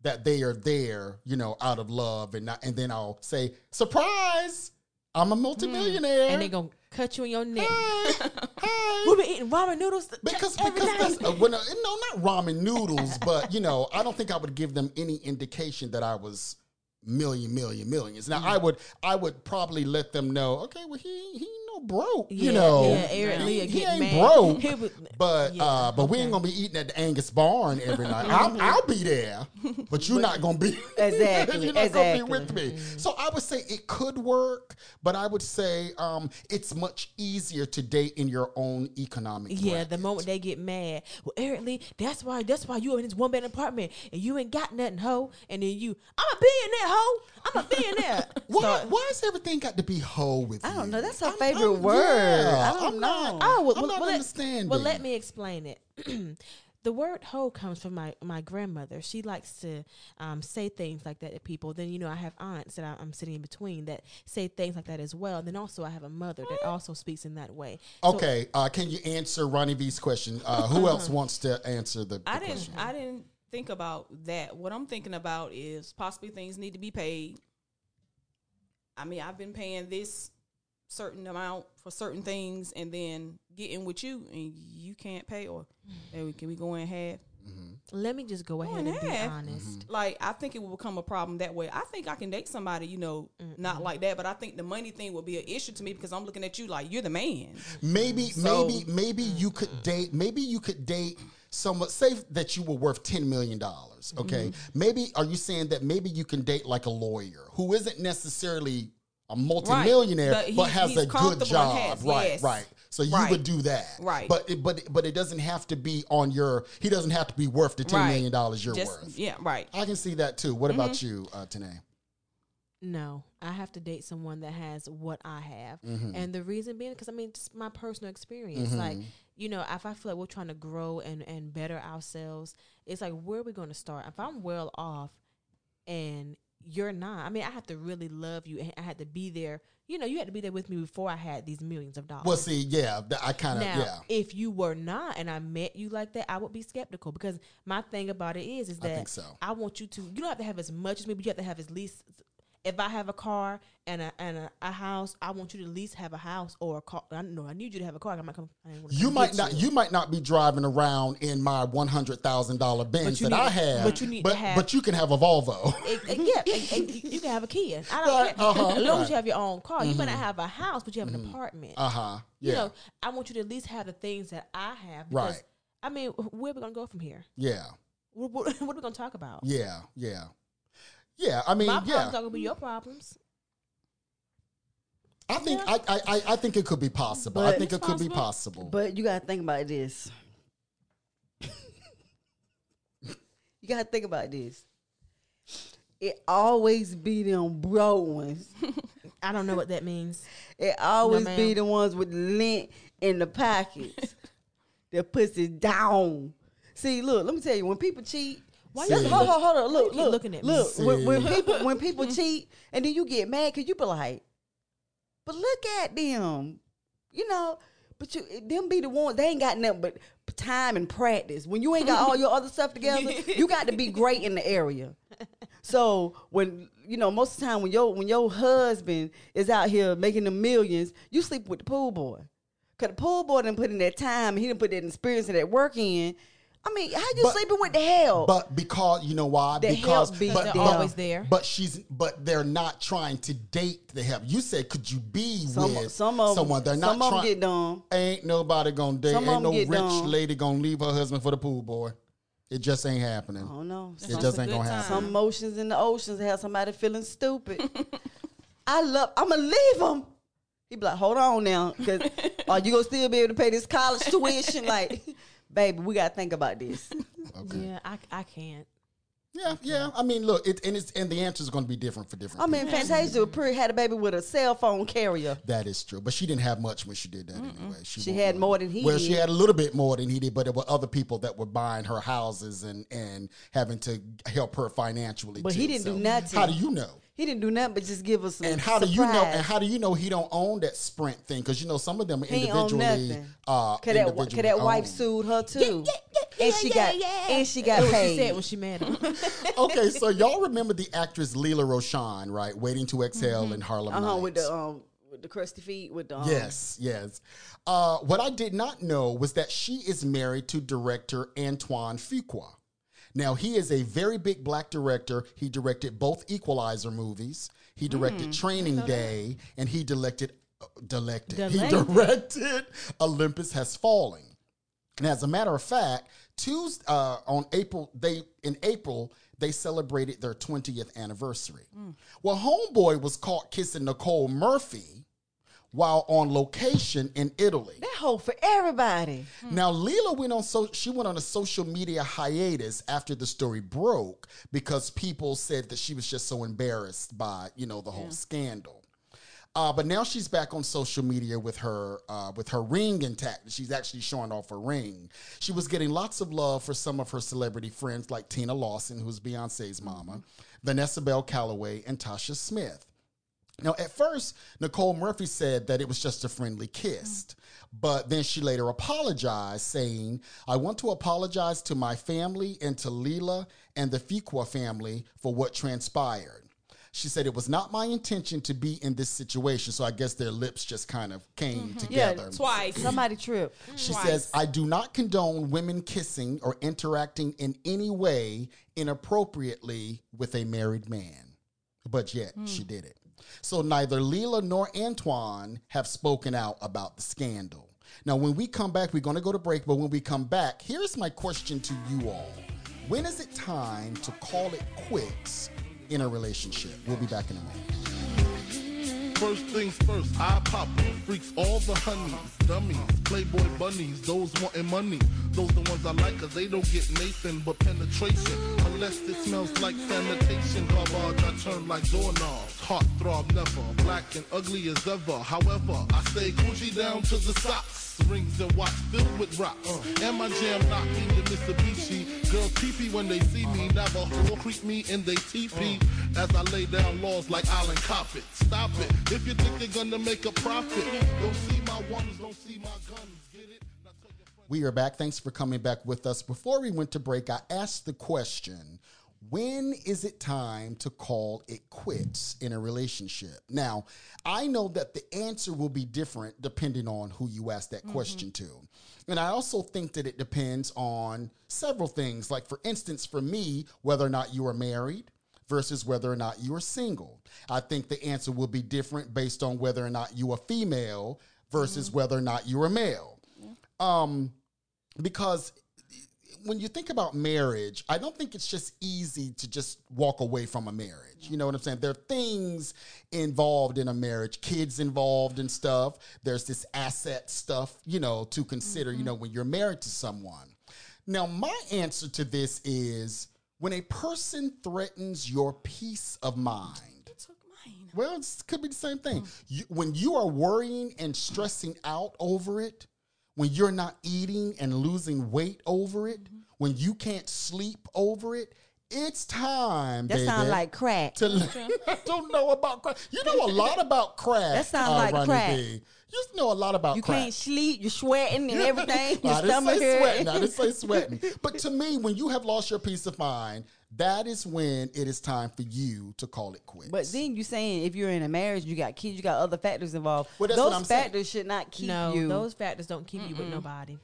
Speaker 2: that they are there, you know, out of love, and not, and then I'll say, "Surprise! I'm a multimillionaire."
Speaker 3: Mm. And they gonna cut you in your neck. [LAUGHS]
Speaker 2: Hey, hey.
Speaker 3: We've been eating ramen noodles th-
Speaker 2: Because
Speaker 3: every
Speaker 2: because
Speaker 3: night.
Speaker 2: that's, uh, well, no, no, not ramen noodles, but you know, I don't think I would give them any indication that I was million, million, millions. Now,
Speaker 3: Mm.
Speaker 2: I would I would probably let them know. Okay, well, he he no broke, you
Speaker 3: Yeah,
Speaker 2: know.
Speaker 3: yeah, Eric
Speaker 2: He-
Speaker 3: Lee
Speaker 2: he,
Speaker 3: will get
Speaker 2: ain't
Speaker 3: mad.
Speaker 2: broke,
Speaker 3: He would-
Speaker 2: but
Speaker 3: yeah, Mm-hmm.
Speaker 2: uh, but we ain't gonna be eating at the Angus Barn every night. I'm, I'll be there, but you're not gonna be [LAUGHS]
Speaker 4: Exactly,
Speaker 2: you're not gonna
Speaker 4: exactly.
Speaker 2: be with me me. So I would say it could work, but I would say um, it's much easier to date in your own economic.
Speaker 3: Yeah,
Speaker 2: bracket.
Speaker 3: the moment they get mad, well, Eric Lee, that's why that's why you in this one bed apartment and you ain't got nothing, hoe. And then you, I'm a billionaire, hoe. I'm a
Speaker 2: [LAUGHS]
Speaker 3: billionaire.
Speaker 2: Why, why has everything got to be whole with
Speaker 4: I don't
Speaker 2: you?
Speaker 4: know. That's her
Speaker 2: I'm-
Speaker 4: favorite
Speaker 2: I'm-
Speaker 4: word.
Speaker 2: yeah,
Speaker 4: I
Speaker 2: I'm
Speaker 4: don't know.
Speaker 2: not-
Speaker 3: Oh, well,
Speaker 2: I'm
Speaker 3: well,
Speaker 2: not
Speaker 3: well, let-
Speaker 2: understanding.
Speaker 3: Well, let me explain it. [CLEARS THROAT] the word hoe comes from my, my grandmother. She likes to um, say things like that to people. Then, you know, I have aunts that I, I'm sitting in between that say things like that as well. And then also I have a mother that also speaks in that way. So
Speaker 2: Okay, uh, can you answer Ronnie V's question? Uh, who else wants to answer the, the
Speaker 5: I didn't.
Speaker 2: question?
Speaker 5: I didn't think about that. What I'm thinking about is possibly things need to be paid. I mean, I've been paying this certain amount for certain things, and then getting with you, and you can't pay, or
Speaker 2: Mm.
Speaker 5: hey, we- can we go in half?
Speaker 3: let me just go ahead
Speaker 5: and
Speaker 3: and be
Speaker 5: half.
Speaker 2: Mm-hmm. Mm.
Speaker 3: honest.
Speaker 5: Like, I think it will become a problem that way. I think I can date somebody, you know, not like that, but I think the money thing will be an issue to me because I'm looking at you like you're the man.
Speaker 2: Maybe,
Speaker 5: So-
Speaker 2: maybe, maybe you could date. Maybe you could date someone. Say that you were worth ten million dollars.
Speaker 5: Mm-hmm.
Speaker 2: Okay. Maybe are you saying that maybe you can date like a lawyer who isn't necessarily a multimillionaire
Speaker 5: But
Speaker 2: but,
Speaker 5: he-
Speaker 2: has
Speaker 5: he's
Speaker 2: a good
Speaker 5: comfortable and
Speaker 2: job?
Speaker 5: has-
Speaker 2: right.
Speaker 5: yes.
Speaker 2: Right. So you
Speaker 5: Right.
Speaker 2: would do that,
Speaker 5: Right.
Speaker 2: But it, but but it doesn't have to be on your. He doesn't have to be worth the ten
Speaker 5: Right.
Speaker 2: million dollars you're
Speaker 5: Just- Mm-hmm.
Speaker 2: worth.
Speaker 5: Yeah, right.
Speaker 2: I can see that too. What about you, uh, Tanae?
Speaker 3: No, I have to date someone that has what I have,
Speaker 2: Mm-hmm.
Speaker 3: and the reason being because I mean, just my personal experience. Like, you know, if I feel like we're trying to grow and and better ourselves, it's like where are we going to start? If I'm well off, and you're not, I mean, I have to really love you, and I had to be there. You know, you had to be there with me before I had these millions of dollars.
Speaker 2: Well, see, yeah, th- I kind of
Speaker 3: Now,
Speaker 2: yeah.
Speaker 3: if you were not, and I met you like that, I would be skeptical because my thing about it is, is
Speaker 2: I
Speaker 3: that
Speaker 2: think so.
Speaker 3: I want you to. You don't have to have as much as me, but you have to have at least. If I have a car and a and a, a house, I want you to at least have a house or a car. I know I need you to have a car. I might come. I ain't gonna
Speaker 2: You
Speaker 3: come
Speaker 2: might
Speaker 3: get
Speaker 2: not you might not be driving around in my one hundred thousand dollar Benz
Speaker 3: you
Speaker 2: that
Speaker 3: need-
Speaker 2: I have,
Speaker 3: but you need to
Speaker 2: but,
Speaker 3: have-
Speaker 2: but you can have a Volvo. [LAUGHS]
Speaker 3: It- it- yeah, it- it- you can have a kid. I don't
Speaker 2: Right,
Speaker 3: care.
Speaker 2: uh-huh,
Speaker 3: as long
Speaker 2: right. Mm-hmm.
Speaker 3: as you have your own car, you might not have a house, but you have an apartment.
Speaker 2: Uh huh. Yeah.
Speaker 3: You know, I want you to at least have the things that I have. Because,
Speaker 2: Right.
Speaker 3: I mean, where are we gonna go from here?
Speaker 2: yeah.
Speaker 3: What, [LAUGHS] what, what are we gonna talk about?
Speaker 2: Yeah. Yeah. Yeah. I mean,
Speaker 3: My
Speaker 2: yeah.
Speaker 3: problems are gonna be your problems.
Speaker 2: I think I, I I- I think it could be possible. I
Speaker 4: But-
Speaker 2: think it could be possible.
Speaker 4: But you gotta think about this. [LAUGHS] you gotta think about this. It always be them broad ones.
Speaker 3: I don't know what that means.
Speaker 4: It always
Speaker 3: ma'am.
Speaker 4: be the ones with lint in the
Speaker 3: [LAUGHS]
Speaker 4: pockets. that puts it down. See, look, let me tell you, when people cheat,
Speaker 3: Why
Speaker 4: that's,
Speaker 2: you
Speaker 4: hold,
Speaker 3: look-
Speaker 4: hold, hold on,
Speaker 3: why you
Speaker 4: look,
Speaker 3: keep
Speaker 4: look,
Speaker 3: looking at me?
Speaker 4: look. When, when
Speaker 2: See.
Speaker 4: people when
Speaker 3: [LAUGHS]
Speaker 4: people cheat, and then you get mad because you be like, but look at them, you know. But you, them be the ones they ain't got nothing but time and practice. When you ain't got all your other stuff
Speaker 3: [LAUGHS]
Speaker 4: together, you got to be great in the area. So when you know most of the time when your when your husband is out here making the millions, you sleep with the pool boy. Cause the pool boy didn't put in that time, and he didn't put that experience and that work in. I mean, how you
Speaker 2: But-
Speaker 4: sleeping with the hell?
Speaker 2: But because you know why?
Speaker 4: The
Speaker 2: because
Speaker 4: help be
Speaker 2: but,
Speaker 4: there.
Speaker 2: but-
Speaker 4: Always
Speaker 3: there.
Speaker 2: But she's but they're not trying to date the help. You said, could you be
Speaker 4: some
Speaker 2: with
Speaker 4: some of
Speaker 2: someone? They're
Speaker 4: some
Speaker 2: not
Speaker 4: of them
Speaker 2: trying.
Speaker 4: get dumb.
Speaker 2: Ain't nobody gonna date.
Speaker 4: Some of
Speaker 2: ain't no rich
Speaker 4: 'em get done.
Speaker 2: lady gonna leave her husband for the pool boy. It just ain't happening.
Speaker 4: I don't know.
Speaker 2: It
Speaker 4: Some,
Speaker 2: just
Speaker 5: a
Speaker 2: ain't
Speaker 5: good
Speaker 2: gonna
Speaker 5: time.
Speaker 2: happen.
Speaker 4: some motions in the oceans have somebody
Speaker 2: [LAUGHS]
Speaker 4: feeling stupid. I love. I'm gonna leave him. He be like, hold on now,
Speaker 2: [LAUGHS]
Speaker 4: because are you gonna still be able to pay this college tuition? Like, [LAUGHS] baby, we gotta think about this.
Speaker 3: Yeah, I, I can't.
Speaker 2: Yeah, yeah. I mean, look, it, and it's and the answer is going to be different for different.
Speaker 4: I mean, Fantasia pretty had a baby with a cell phone carrier.
Speaker 2: people. that is true. But she didn't have much when she did that anyway.
Speaker 4: She
Speaker 2: won't
Speaker 4: had
Speaker 2: really-
Speaker 4: more than he
Speaker 2: Well,
Speaker 4: did.
Speaker 2: she had a little bit more than he did, but there were other people that were buying her houses and and having to help her financially.
Speaker 4: But
Speaker 2: too.
Speaker 4: he didn't do
Speaker 2: So
Speaker 4: nothing.
Speaker 2: How do you know?
Speaker 4: He didn't do nothing but just give us some.
Speaker 2: And how do you know?
Speaker 4: surprise.
Speaker 2: And how do you know he don't own that Sprint thing? Because you know some of them
Speaker 4: He ain't own
Speaker 2: individually.
Speaker 4: nothing.
Speaker 2: Uh,
Speaker 4: Cause that, wa- 'cause
Speaker 2: individually
Speaker 4: that wife
Speaker 2: owned.
Speaker 4: sued her too, and she got and she got
Speaker 3: That's what she said
Speaker 4: paid.
Speaker 3: when she met him.
Speaker 2: okay, so y'all remember the actress Leela Roshan, right? Waiting to Exhale in Harlem
Speaker 4: Uh huh.
Speaker 2: Nights.
Speaker 4: With the um, with the crusty feet, with the um,
Speaker 2: Yes, yes. Uh, what I did not know was that she is married to director Antoine Fuqua. Now, he is a very big black director. He directed both Equalizer movies, he directed
Speaker 4: Mm.
Speaker 2: Training Day, and he directed, uh, directed, he
Speaker 3: Directed.
Speaker 2: directed Olympus Has Fallen. And as a matter of fact, Tuesday uh, on April they in April they celebrated their 20th anniversary. Well, homeboy was caught kissing Nicole Murphy while on location in Italy.
Speaker 4: That hoe for everybody.
Speaker 2: Now, Leela went on so she went on a social media hiatus after the story broke because people said that she was just so embarrassed by you know the whole scandal. Uh, but now she's back on social media with her uh, with her ring intact. She's actually showing off her ring. She was getting lots of love for some of her celebrity friends like Tina Lawson, who's Beyonce's mama, Vanessa Bell Calloway, and Tasha Smith. Now, at first, Nicole Murphy said that it was just a friendly kiss, but then she later apologized, saying, I want to apologize to my family and to Leela and the Fuqua family for what transpired. She said, It was not my intention to be in this situation. So I guess their lips just kind of came together.
Speaker 5: Twice.
Speaker 4: Somebody tripped.
Speaker 2: She says, I do not condone women kissing or interacting in any way inappropriately with a married man. But yet, she did it. So neither Leela nor Antoine have spoken out about the scandal. Now, when we come back, we're going to go to break. But when we come back, here's my question to you all When is it time to call it quits in a relationship? We'll be back in a moment.
Speaker 8: Mm,
Speaker 6: First things first, I pop em. Freaks all the honeys, dummies, playboy bunnies, those wanting money. Those the ones I like cause they don't get Nathan but penetration. Unless it smells like sanitation, garbage I turn like doorknobs. Heartthrob never, black and ugly as ever. However, I stay coochie down to the socks. Rings and watch filled with rocks. And my jam knocking the Mitsubishi. Girls teepee when they see me. Navajo creep me in they teepee. As I lay down laws like Island Cop it. Stop it. If you think they're gonna make a profit, don't see my ones, don't see my guns. Get it? Now tell your friends-
Speaker 2: We are back. Thanks for coming back with us. Before we went to break, I asked the question when is it time to call it quits in a relationship? Now, I know that the answer will be different depending on who you ask that question to. And I also think that it depends on several things. Like, for instance, for me, whether or not you are married, versus whether or not you are single. I think the answer will be different based on whether or not you are female versus whether or not you are male. Um, because when you think about marriage, I don't think it's just easy to just walk away from a marriage. You know what I'm saying? There are things involved in a marriage, kids involved and stuff. There's this asset stuff, you know, to consider, you know, when you're married to someone. Now, my answer to this is when a person threatens your peace of mind,
Speaker 5: Took mine.
Speaker 2: well, it could be the same thing. You, when you are worrying and stressing out over it, when you're not eating and losing weight over it,
Speaker 4: Mm-hmm.
Speaker 2: when you can't sleep over it, it's time.
Speaker 4: That sounds
Speaker 2: baby,
Speaker 4: like crack.
Speaker 2: to. [LAUGHS] I don't know about crack. You know a lot about crack.
Speaker 4: That sound
Speaker 2: uh,
Speaker 4: like
Speaker 2: Ronnie
Speaker 4: crack.
Speaker 2: B. You know a lot about
Speaker 4: You
Speaker 2: crack.
Speaker 4: can't sleep. You're
Speaker 2: [LAUGHS]
Speaker 4: sweating and everything.
Speaker 2: Nah, I
Speaker 4: Your
Speaker 2: didn't
Speaker 4: stomach
Speaker 2: say sweating. I
Speaker 4: hurt.
Speaker 2: didn't
Speaker 4: [LAUGHS]
Speaker 2: say sweating. But to me, when you have lost your peace of mind, that is when it is time for you to call it quits.
Speaker 4: But then you saying if you're in a marriage, you got kids, you got other factors involved.
Speaker 2: Well, that's what
Speaker 4: those
Speaker 2: I'm saying.
Speaker 4: factors should not keep
Speaker 3: [LAUGHS] no,
Speaker 4: you.
Speaker 3: those factors don't keep you with nobody.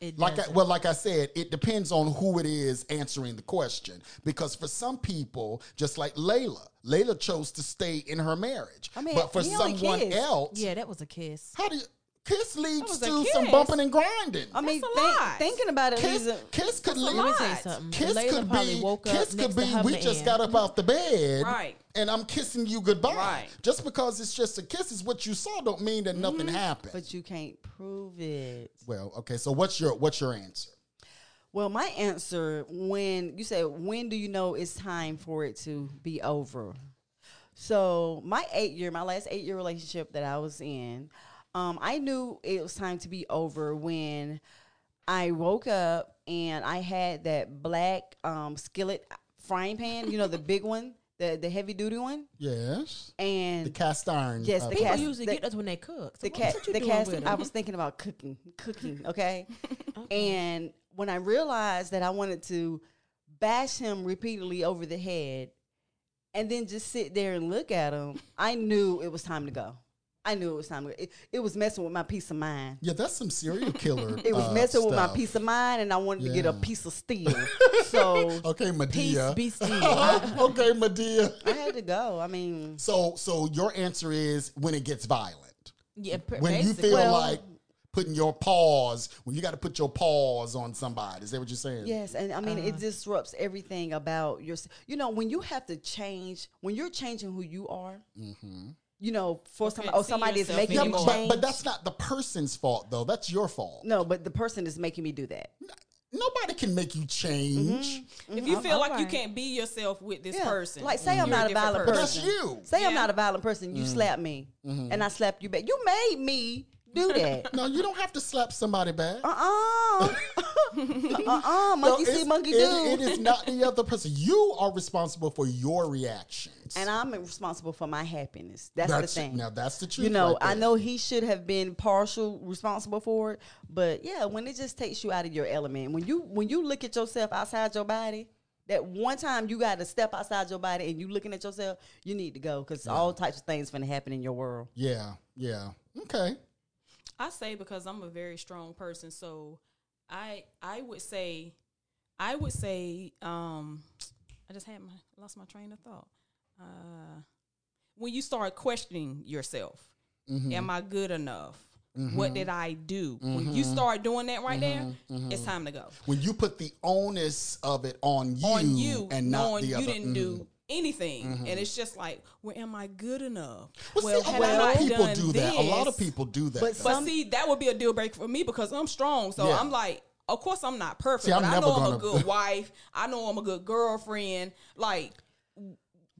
Speaker 3: It
Speaker 2: like uh, I,
Speaker 3: doesn't.
Speaker 2: well like i said it depends on who it is answering the question because for some people just like layla layla chose to stay in her marriage
Speaker 4: I mean,
Speaker 2: but for
Speaker 4: he only
Speaker 2: someone
Speaker 4: kissed.
Speaker 2: else
Speaker 3: yeah, that was a kiss.
Speaker 2: how do you kiss leads
Speaker 5: was
Speaker 2: to
Speaker 5: a kiss.
Speaker 2: some bumping and grinding
Speaker 4: I mean,
Speaker 5: That's a
Speaker 4: think-
Speaker 5: lot.
Speaker 4: thinking about it,
Speaker 2: kiss,
Speaker 4: Lisa,
Speaker 2: kiss could lead
Speaker 3: Let me tell you
Speaker 5: lot.
Speaker 3: something.
Speaker 2: Kiss
Speaker 3: Layla
Speaker 2: could
Speaker 3: probably
Speaker 2: be,
Speaker 3: woke up
Speaker 2: kiss could
Speaker 3: next to
Speaker 2: be.
Speaker 3: her
Speaker 2: We
Speaker 3: man.
Speaker 2: just got up off the bed,
Speaker 5: Right.
Speaker 2: And I'm kissing you goodbye.
Speaker 5: Right.
Speaker 2: Just because it's just a kiss is what you saw. Don't mean that nothing happened.
Speaker 4: but you can't prove it.
Speaker 2: well, okay. So what's your what's your answer?
Speaker 4: Well, my answer when you said when do you know it's time for it to be over? So my eight year, my last eight year relationship that I was in, um, I knew it was time to be over when I woke up and I had that black um, skillet frying pan, you know, the big one, the the heavy duty one,
Speaker 2: Yes.
Speaker 4: and
Speaker 2: The cast iron. uh,
Speaker 4: Yes, the
Speaker 2: pan.
Speaker 4: cast-
Speaker 3: People usually
Speaker 4: the-
Speaker 3: get those when they cook. So
Speaker 4: the
Speaker 3: what-
Speaker 4: cat
Speaker 3: what you
Speaker 4: the
Speaker 3: doing
Speaker 4: cast
Speaker 3: with
Speaker 4: I
Speaker 3: them?
Speaker 4: was thinking about cooking
Speaker 3: [LAUGHS]
Speaker 4: cooking okay and when I realized that I wanted to bash him repeatedly over the head and then just sit there and look at him I knew it was time to go I knew it was time to go. It, it was messing with my peace of mind
Speaker 2: Yeah, that's some
Speaker 4: [LAUGHS]
Speaker 2: serial killer.
Speaker 4: it was
Speaker 2: uh,
Speaker 4: messing with my
Speaker 2: stuff.
Speaker 4: peace of mind and I wanted to get a
Speaker 2: Yeah. Oh.
Speaker 4: piece
Speaker 2: [LAUGHS]
Speaker 4: of steel so
Speaker 2: Okay, Medea.
Speaker 3: Peace be
Speaker 2: [LAUGHS]
Speaker 3: still.
Speaker 2: okay, Medea.
Speaker 4: I had to go I mean
Speaker 2: So, so your answer is when it gets violent,
Speaker 3: yeah, pr-
Speaker 2: when you
Speaker 3: basically.
Speaker 2: feel
Speaker 4: Well-
Speaker 2: like putting your paws, when you got to put your paws on somebody. Is that what you're saying?
Speaker 4: Yes, and I mean
Speaker 2: Uh.
Speaker 4: it disrupts everything about your. You know, when you have to change, when you're changing who you are, you know, for somebody,
Speaker 5: can't
Speaker 4: oh,
Speaker 5: see
Speaker 4: somebody is
Speaker 5: yourself
Speaker 4: making
Speaker 2: Mm-hmm. Yeah,
Speaker 4: you
Speaker 2: but,
Speaker 5: anymore.
Speaker 4: change.
Speaker 2: but, but that's not the person's fault though. That's your fault.
Speaker 4: no, but the person is making me do that.
Speaker 2: Nobody can make you change.
Speaker 4: Mm-hmm.
Speaker 5: If you feel like you
Speaker 3: alright.
Speaker 5: can't be yourself with this
Speaker 4: Yeah.
Speaker 5: person,
Speaker 4: Like, say
Speaker 5: you're
Speaker 4: I'm not a
Speaker 5: different
Speaker 4: violent
Speaker 2: But
Speaker 4: person.
Speaker 2: that's you.
Speaker 4: Say I'm
Speaker 5: Yeah.
Speaker 4: not a violent person,
Speaker 2: Mm.
Speaker 4: you slap me,
Speaker 2: Mm-hmm.
Speaker 4: and I slap you back. You made me
Speaker 5: [LAUGHS]
Speaker 4: do that.
Speaker 2: No, you don't have to slap somebody back.
Speaker 4: uh
Speaker 5: [LAUGHS]
Speaker 4: uh-uh. uh,
Speaker 2: No,
Speaker 4: monkey see,
Speaker 2: it's-
Speaker 4: monkey
Speaker 2: it-
Speaker 4: do.
Speaker 2: it is not the other person. You are responsible for your reactions.
Speaker 4: and I'm responsible for my happiness. That's,
Speaker 2: That's-
Speaker 4: the thing.
Speaker 2: now that's the
Speaker 4: You
Speaker 2: truth
Speaker 4: know,
Speaker 2: right
Speaker 4: I
Speaker 2: there.
Speaker 4: know he should have been partial responsible for it, but yeah, when it just takes you out of your element, when you when you look at yourself outside your body, that one time you got to step outside your body and you looking at yourself, you need to go because all types of things finna happen in your world.
Speaker 2: Yeah, yeah. Okay.
Speaker 5: I say because I'm a very strong person, so I I would say I would say um I just had my lost my train of thought. Uh when you start questioning yourself,
Speaker 4: Mm-hmm.
Speaker 5: am I good enough? What did I do? When
Speaker 4: Mm-hmm.
Speaker 5: you start doing that right there, it's time to go.
Speaker 2: When you put the onus of it on you,
Speaker 5: On you,
Speaker 2: and not
Speaker 5: knowing
Speaker 2: the
Speaker 5: you
Speaker 2: other, mm. Mm-hmm.
Speaker 5: didn't do anything, and it's just like, well, am I good enough?
Speaker 2: Well, see, a
Speaker 5: have
Speaker 2: lot
Speaker 5: I
Speaker 2: of
Speaker 5: not
Speaker 2: people
Speaker 5: done
Speaker 2: do that. A lot of
Speaker 5: this?
Speaker 2: people do that.
Speaker 4: But
Speaker 2: though.
Speaker 5: But
Speaker 4: Some-
Speaker 5: see, that would be a deal breaker for me because I'm strong. So
Speaker 2: Yeah.
Speaker 5: I'm like, of course I'm not perfect.
Speaker 2: See, I'm
Speaker 5: but I
Speaker 2: never
Speaker 5: know I'm
Speaker 2: gonna- [LAUGHS]
Speaker 5: a good wife. I know I'm a good girlfriend. Like,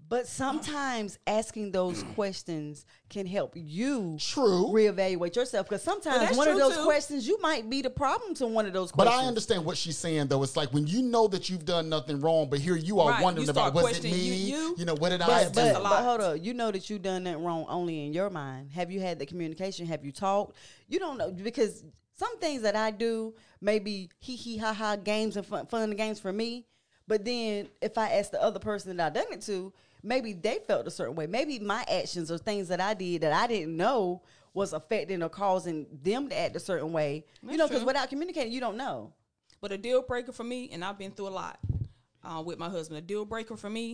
Speaker 4: But sometimes asking [CLEARS THROAT] those questions can help you
Speaker 2: True.
Speaker 4: reevaluate yourself because sometimes
Speaker 5: that's
Speaker 4: one of
Speaker 5: true,
Speaker 4: those
Speaker 5: too.
Speaker 4: questions you might be the problem to one of those
Speaker 2: But
Speaker 4: questions.
Speaker 2: I understand what she's saying though. It's like when you know that you've done nothing wrong, but here you are
Speaker 5: Right,
Speaker 2: wondering
Speaker 5: you
Speaker 2: about
Speaker 5: start
Speaker 2: was it me?
Speaker 5: questioning you- you.
Speaker 2: know, what did I
Speaker 4: But,
Speaker 2: do?
Speaker 4: but,
Speaker 5: a
Speaker 4: but
Speaker 5: lot.
Speaker 4: hold up, you know that you done that wrong only in your mind. Have you had the communication? Have you talked? You don't know because some things that I do may be hee hee ha ha games and fun, fun games for me. But then if I ask the other person that I done it to, maybe they felt a certain way. Maybe my actions or things that I did that I didn't know was affecting or causing them to act a certain way. you know, because
Speaker 5: true.
Speaker 4: without communicating, you don't know.
Speaker 5: but a deal breaker for me, and I've been through a lot uh, with my husband. A deal breaker for me,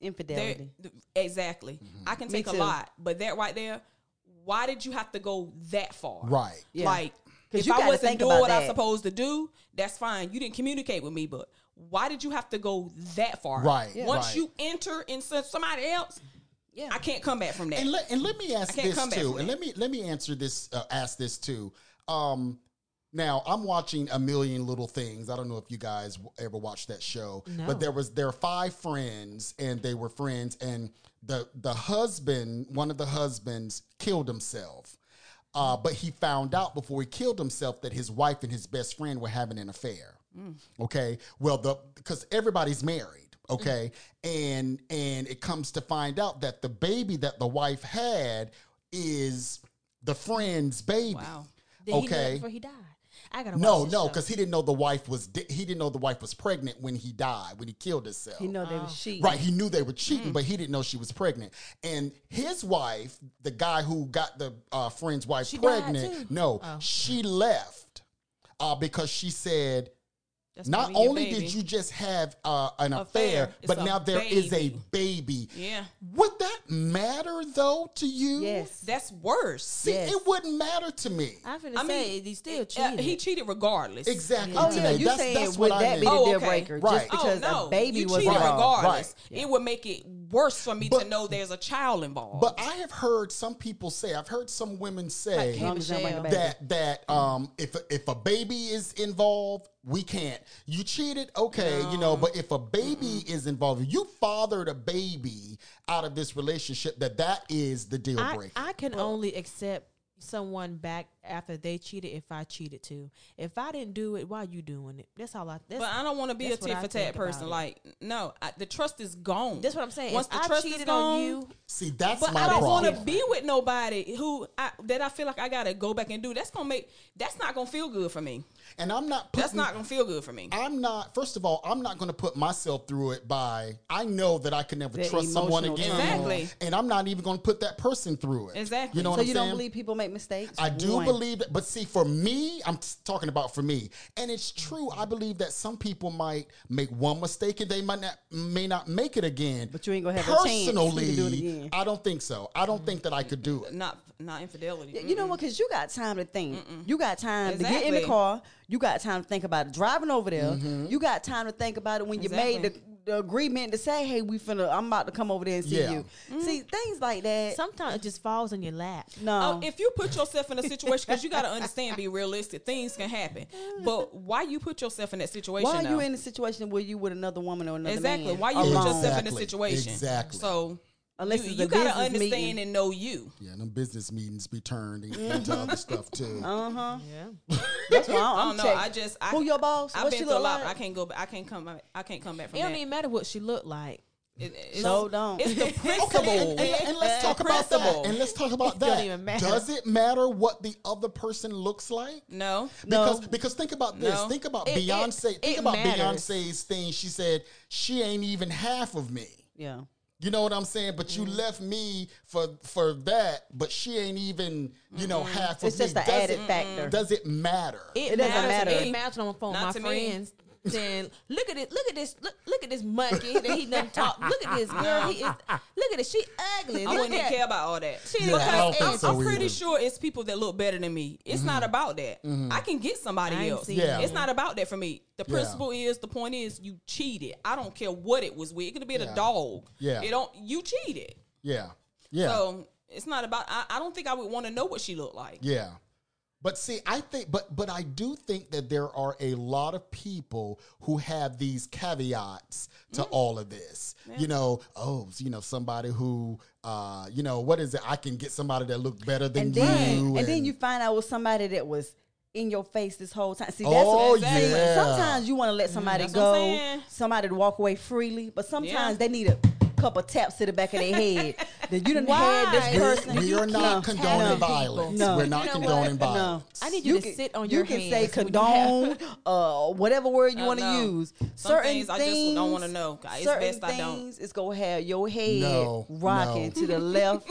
Speaker 5: there-
Speaker 4: Infidelity.
Speaker 5: th- exactly.
Speaker 2: Mm-hmm.
Speaker 5: I can take a
Speaker 4: too.
Speaker 5: lot, but that right there, why did you have to go that far?
Speaker 2: Right.
Speaker 4: Yeah.
Speaker 5: Like,
Speaker 4: 'Cause
Speaker 5: if
Speaker 4: you
Speaker 5: I
Speaker 4: gotta
Speaker 5: wasn't
Speaker 4: think
Speaker 5: doing
Speaker 4: about
Speaker 5: what
Speaker 4: that.
Speaker 5: I'm supposed to do, that's fine. You didn't communicate with me, but why did you have to go that far?
Speaker 2: Right, Yeah.
Speaker 5: Once
Speaker 2: right.
Speaker 5: you enter in some- somebody else,
Speaker 4: Yeah.
Speaker 5: I can't come back from that.
Speaker 2: And let, and let me ask
Speaker 5: can't
Speaker 2: this
Speaker 5: come back
Speaker 2: too.
Speaker 5: from
Speaker 2: And
Speaker 5: that.
Speaker 2: let me let me answer this uh, ask this too. Um now I'm watching a million little things. I don't know if you guys w- ever watched that show, but there was there were five friends and they were friends and the the husband, one of the husbands killed himself. Uh, but he found out before he killed himself that his wife and his best friend were having an affair.
Speaker 3: Mm.
Speaker 2: Okay. Well, the because everybody's married. Okay. And and it comes to find out that the baby that the wife had is the friend's baby.
Speaker 5: Wow.
Speaker 3: Did he know that
Speaker 2: okay.
Speaker 3: before he died? I gotta
Speaker 2: No,
Speaker 3: watch this
Speaker 2: no,
Speaker 3: show.
Speaker 2: because he didn't know the wife was di- he didn't know the wife was pregnant when he died when he killed himself.
Speaker 4: You know they
Speaker 5: Oh.
Speaker 4: was cheating.
Speaker 2: Right, he knew they were cheating, but he didn't know she was pregnant. And his wife, the guy who got the uh, friend's wife
Speaker 3: She died too?
Speaker 2: pregnant, no, she left uh, because she said,
Speaker 5: That's
Speaker 2: "Not
Speaker 5: gonna be your
Speaker 2: only did
Speaker 5: baby.
Speaker 2: you just have uh, an
Speaker 5: Affair.
Speaker 2: affair,
Speaker 5: It's
Speaker 2: but
Speaker 5: a
Speaker 2: now there is a
Speaker 5: baby.
Speaker 2: baby."
Speaker 5: Yeah.
Speaker 2: Would that matter though to you?
Speaker 4: Yes.
Speaker 5: That's worse.
Speaker 2: See,
Speaker 4: Yes.
Speaker 2: it wouldn't matter to me.
Speaker 3: I'm finna
Speaker 5: I
Speaker 3: say
Speaker 5: mean,
Speaker 3: he still
Speaker 5: it- uh,
Speaker 3: cheated.
Speaker 5: he cheated regardless.
Speaker 2: Exactly.
Speaker 4: Oh yeah,
Speaker 2: Tanae.
Speaker 4: you
Speaker 2: that's,
Speaker 4: saying
Speaker 2: that's
Speaker 4: would
Speaker 2: what I
Speaker 4: that
Speaker 2: meant.
Speaker 4: be the
Speaker 5: Oh,
Speaker 4: deal
Speaker 5: okay.
Speaker 4: breaker?
Speaker 2: Right.
Speaker 4: Just because
Speaker 5: oh, no.
Speaker 4: a baby
Speaker 5: you
Speaker 4: was
Speaker 5: cheated
Speaker 2: Right,
Speaker 4: involved.
Speaker 5: regardless.
Speaker 2: right.
Speaker 5: It would make it worse for me
Speaker 2: But-
Speaker 5: to know there's a child involved.
Speaker 2: But I have heard some people say, I've heard some women say
Speaker 4: As long as you don't bring a baby.
Speaker 2: that that um if if a baby is involved, we can't. You cheated, okay, you know, but if a baby is involved, you fathered a baby out of this relationship, that that is the deal
Speaker 3: I,
Speaker 2: breaker.
Speaker 3: I can only accept someone back after they cheated if I cheated too. If I didn't do it, why you doing it? That's all I. That's,
Speaker 5: But I don't want to be a
Speaker 3: that's what
Speaker 5: tit
Speaker 3: I
Speaker 5: for
Speaker 3: think
Speaker 5: tat
Speaker 3: about
Speaker 5: person.
Speaker 3: it.
Speaker 5: Like, no, I, the trust is gone.
Speaker 3: that's what I'm saying.
Speaker 5: Once
Speaker 3: if
Speaker 5: the
Speaker 3: I
Speaker 5: trust
Speaker 3: cheated
Speaker 5: is gone,
Speaker 3: on you,
Speaker 2: See, that's
Speaker 5: but
Speaker 2: my
Speaker 5: I don't
Speaker 2: problem.
Speaker 5: want to be with nobody who I, that I feel like I gotta go back and do. That's gonna make that's not gonna feel good for me.
Speaker 2: and I'm not putting
Speaker 5: That's not gonna feel good for me.
Speaker 2: I'm not. First of all, I'm not going to put myself through it by. I know that I can never
Speaker 4: The
Speaker 2: trust someone
Speaker 4: emotional
Speaker 2: again,
Speaker 5: turmoil. Exactly.
Speaker 2: and I'm not even going to put that person through it.
Speaker 5: Exactly.
Speaker 2: You know what
Speaker 4: So
Speaker 2: I'm
Speaker 4: you
Speaker 2: saying?
Speaker 4: don't believe people make mistakes?
Speaker 2: I do
Speaker 4: One.
Speaker 2: believe that, but see, for me, I'm t- talking about for me, and it's true. I believe that some people might make one mistake and they might not may not make it again.
Speaker 4: But you ain't gonna have a chance to do it
Speaker 2: personally.
Speaker 4: again.
Speaker 2: I don't think so. I don't think that I could do it.
Speaker 5: Not not infidelity.
Speaker 4: Y- You know what? Because you got time to think. You got time to get in the
Speaker 5: Exactly.
Speaker 4: car. You got time to think about it driving over there. You got time to think about it when you made the,
Speaker 5: Exactly.
Speaker 4: the agreement to say, "Hey, we finna. I'm about to come over there and see
Speaker 2: Yeah.
Speaker 4: you." See things like that.
Speaker 3: sometimes it just falls on your lap.
Speaker 4: no,
Speaker 5: Mm. Oh, if you put yourself in a situation, because you got to understand, be realistic. Things can happen, but why you put yourself in that situation?
Speaker 4: why are you
Speaker 5: though?
Speaker 4: in a situation where you with another woman or another
Speaker 5: exactly?
Speaker 4: man?
Speaker 5: Why you
Speaker 4: alone?
Speaker 5: put yourself in a
Speaker 2: Exactly.
Speaker 5: situation?
Speaker 2: Exactly.
Speaker 5: So
Speaker 4: Unless
Speaker 5: you,
Speaker 4: it's
Speaker 5: you
Speaker 4: a
Speaker 5: gotta
Speaker 4: business
Speaker 5: understand
Speaker 4: meeting.
Speaker 5: and know you.
Speaker 2: Yeah, them business meetings be turned and-
Speaker 4: Mm-hmm.
Speaker 2: into other stuff too.
Speaker 4: Uh-huh. That's why I
Speaker 5: [LAUGHS] I
Speaker 4: don't,
Speaker 5: don't know. I just I,
Speaker 4: who your boss?
Speaker 5: I've
Speaker 4: what
Speaker 5: been
Speaker 4: she
Speaker 5: through a
Speaker 4: look
Speaker 5: lot.
Speaker 4: like?
Speaker 5: I can't go. back- I can't come. back- I can't come back from
Speaker 3: It don't
Speaker 5: that.
Speaker 3: even matter what she looked like.
Speaker 5: It- it's-
Speaker 4: So don't.
Speaker 5: It's the
Speaker 2: Okay,
Speaker 5: principle.
Speaker 2: and, and- and let's
Speaker 5: It's the
Speaker 2: talk about that.
Speaker 5: principle.
Speaker 2: And let's talk
Speaker 4: [LAUGHS]
Speaker 2: about
Speaker 3: It don't
Speaker 2: that.
Speaker 3: even matter.
Speaker 2: Does it matter what the other person looks like?
Speaker 5: No.
Speaker 2: Because because think about this.
Speaker 5: No.
Speaker 2: Think about
Speaker 3: It- it-
Speaker 2: Beyonce. think
Speaker 3: it
Speaker 2: about
Speaker 3: matters.
Speaker 2: Beyonce's thing. She said she ain't even half of me.
Speaker 4: yeah.
Speaker 2: You know what I'm saying? But you left me for for that, but she ain't even, you know, half
Speaker 4: It's
Speaker 2: of me.
Speaker 4: just an
Speaker 2: Does
Speaker 4: added
Speaker 2: it-
Speaker 4: factor.
Speaker 2: Does it matter?
Speaker 3: It,
Speaker 4: doesn't
Speaker 3: matters.
Speaker 4: matter.
Speaker 3: It matters on the phone.
Speaker 5: Not
Speaker 3: My
Speaker 5: to me.
Speaker 3: [LAUGHS] friends Then look at it. Look at this. Look, look at this monkey that he done talk. Look at this girl. He is. Look at it. She ugly.
Speaker 5: I
Speaker 3: Look
Speaker 5: wouldn't
Speaker 3: at
Speaker 5: care about all that.
Speaker 3: She
Speaker 5: because
Speaker 3: I don't think
Speaker 5: I'm,
Speaker 2: so
Speaker 5: I'm pretty
Speaker 2: either. Mm-hmm.
Speaker 5: sure it's people that look better than me. It's not about that. I can get somebody
Speaker 3: I ain't
Speaker 5: else.
Speaker 3: seen Yeah.
Speaker 5: It's not about that for me. The principle is, the point is, you cheated. I don't care what it was with. It could have been
Speaker 2: Yeah.
Speaker 5: a dog.
Speaker 2: Yeah.
Speaker 5: It don't. You cheated.
Speaker 2: Yeah. Yeah.
Speaker 5: So it's not about. I, I don't think I would want to know what she looked like.
Speaker 2: Yeah. But see, I think but but I do think that there are a lot of people who have these caveats to all of this. You know, oh, you know, somebody who uh, you know, what is it? I can get somebody that look better than
Speaker 4: and then
Speaker 2: you.
Speaker 4: and, then you find out with somebody that was in your face this whole time. See, that's
Speaker 2: Oh,
Speaker 4: what, see,
Speaker 2: yeah.
Speaker 4: sometimes you want to let somebody
Speaker 5: Mm, that's what I'm
Speaker 4: go,
Speaker 5: saying.
Speaker 4: somebody to walk away freely, but sometimes
Speaker 5: Yeah.
Speaker 4: they need a couple taps to the back of their
Speaker 5: [LAUGHS]
Speaker 4: head. that you done had this
Speaker 3: Why?
Speaker 4: person.
Speaker 2: we are not
Speaker 4: No,
Speaker 2: condoning
Speaker 4: no,
Speaker 2: violence.
Speaker 4: No.
Speaker 2: We're
Speaker 4: You
Speaker 2: not
Speaker 3: know
Speaker 2: condoning
Speaker 3: what?
Speaker 2: violence.
Speaker 3: I need you, to
Speaker 4: can-
Speaker 3: sit on
Speaker 4: you
Speaker 3: your
Speaker 4: can
Speaker 3: hands.
Speaker 4: say
Speaker 3: when you have-
Speaker 4: condone, uh, whatever word you
Speaker 5: I
Speaker 4: want to
Speaker 5: know.
Speaker 4: use.
Speaker 5: Some
Speaker 4: certain
Speaker 5: things I just don't wanna know. It's
Speaker 4: certain
Speaker 5: best I don't.
Speaker 4: things is gonna have your head
Speaker 2: No,
Speaker 4: rocking
Speaker 2: no.
Speaker 4: to the
Speaker 5: [LAUGHS]
Speaker 4: left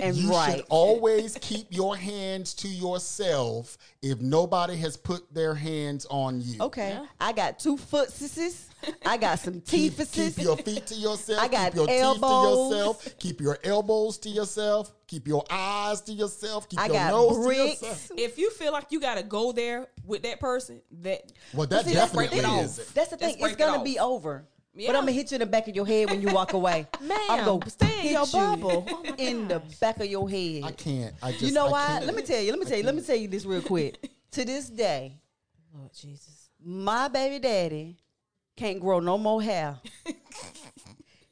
Speaker 4: and
Speaker 2: You
Speaker 4: right.
Speaker 2: should always keep your hands to yourself if nobody has put their hands on you.
Speaker 4: Okay. I got two footses. I got
Speaker 2: [LAUGHS]
Speaker 4: some
Speaker 2: Keep,
Speaker 4: teethuses.
Speaker 2: keep your feet to yourself.
Speaker 4: I got
Speaker 2: keep your
Speaker 4: elbows.
Speaker 2: teeth to yourself. Keep your elbows to yourself. Keep your eyes to yourself. Keep
Speaker 4: I
Speaker 2: your
Speaker 4: got
Speaker 2: nose to
Speaker 4: bricks.
Speaker 2: yourself.
Speaker 5: If you feel like you got to go there with that person, that
Speaker 2: Well,
Speaker 4: [LAUGHS]
Speaker 2: that
Speaker 4: See, that's the
Speaker 2: definitely
Speaker 4: thing.
Speaker 2: is. it.
Speaker 4: That's the
Speaker 5: Let's
Speaker 4: thing.
Speaker 5: break
Speaker 4: It's
Speaker 5: it
Speaker 4: gonna
Speaker 5: off.
Speaker 4: be over.
Speaker 5: Yeah.
Speaker 4: But I'm gonna hit you in the back of your head when you walk
Speaker 3: [LAUGHS]
Speaker 4: away. I'm
Speaker 3: Ma'am,
Speaker 4: gonna
Speaker 3: stay in
Speaker 4: hit
Speaker 3: your
Speaker 4: you [LAUGHS]
Speaker 3: bubble. Oh my
Speaker 4: in the
Speaker 3: gosh.
Speaker 4: back of your head.
Speaker 2: I can't. I just.
Speaker 4: you know
Speaker 2: I
Speaker 4: why?
Speaker 2: can't.
Speaker 4: Let me tell you. Let me tell you. Let me tell you this
Speaker 2: [LAUGHS]
Speaker 4: real quick. to this day,
Speaker 3: Lord Jesus.
Speaker 4: my baby daddy can't grow no more
Speaker 2: [LAUGHS]
Speaker 4: hair.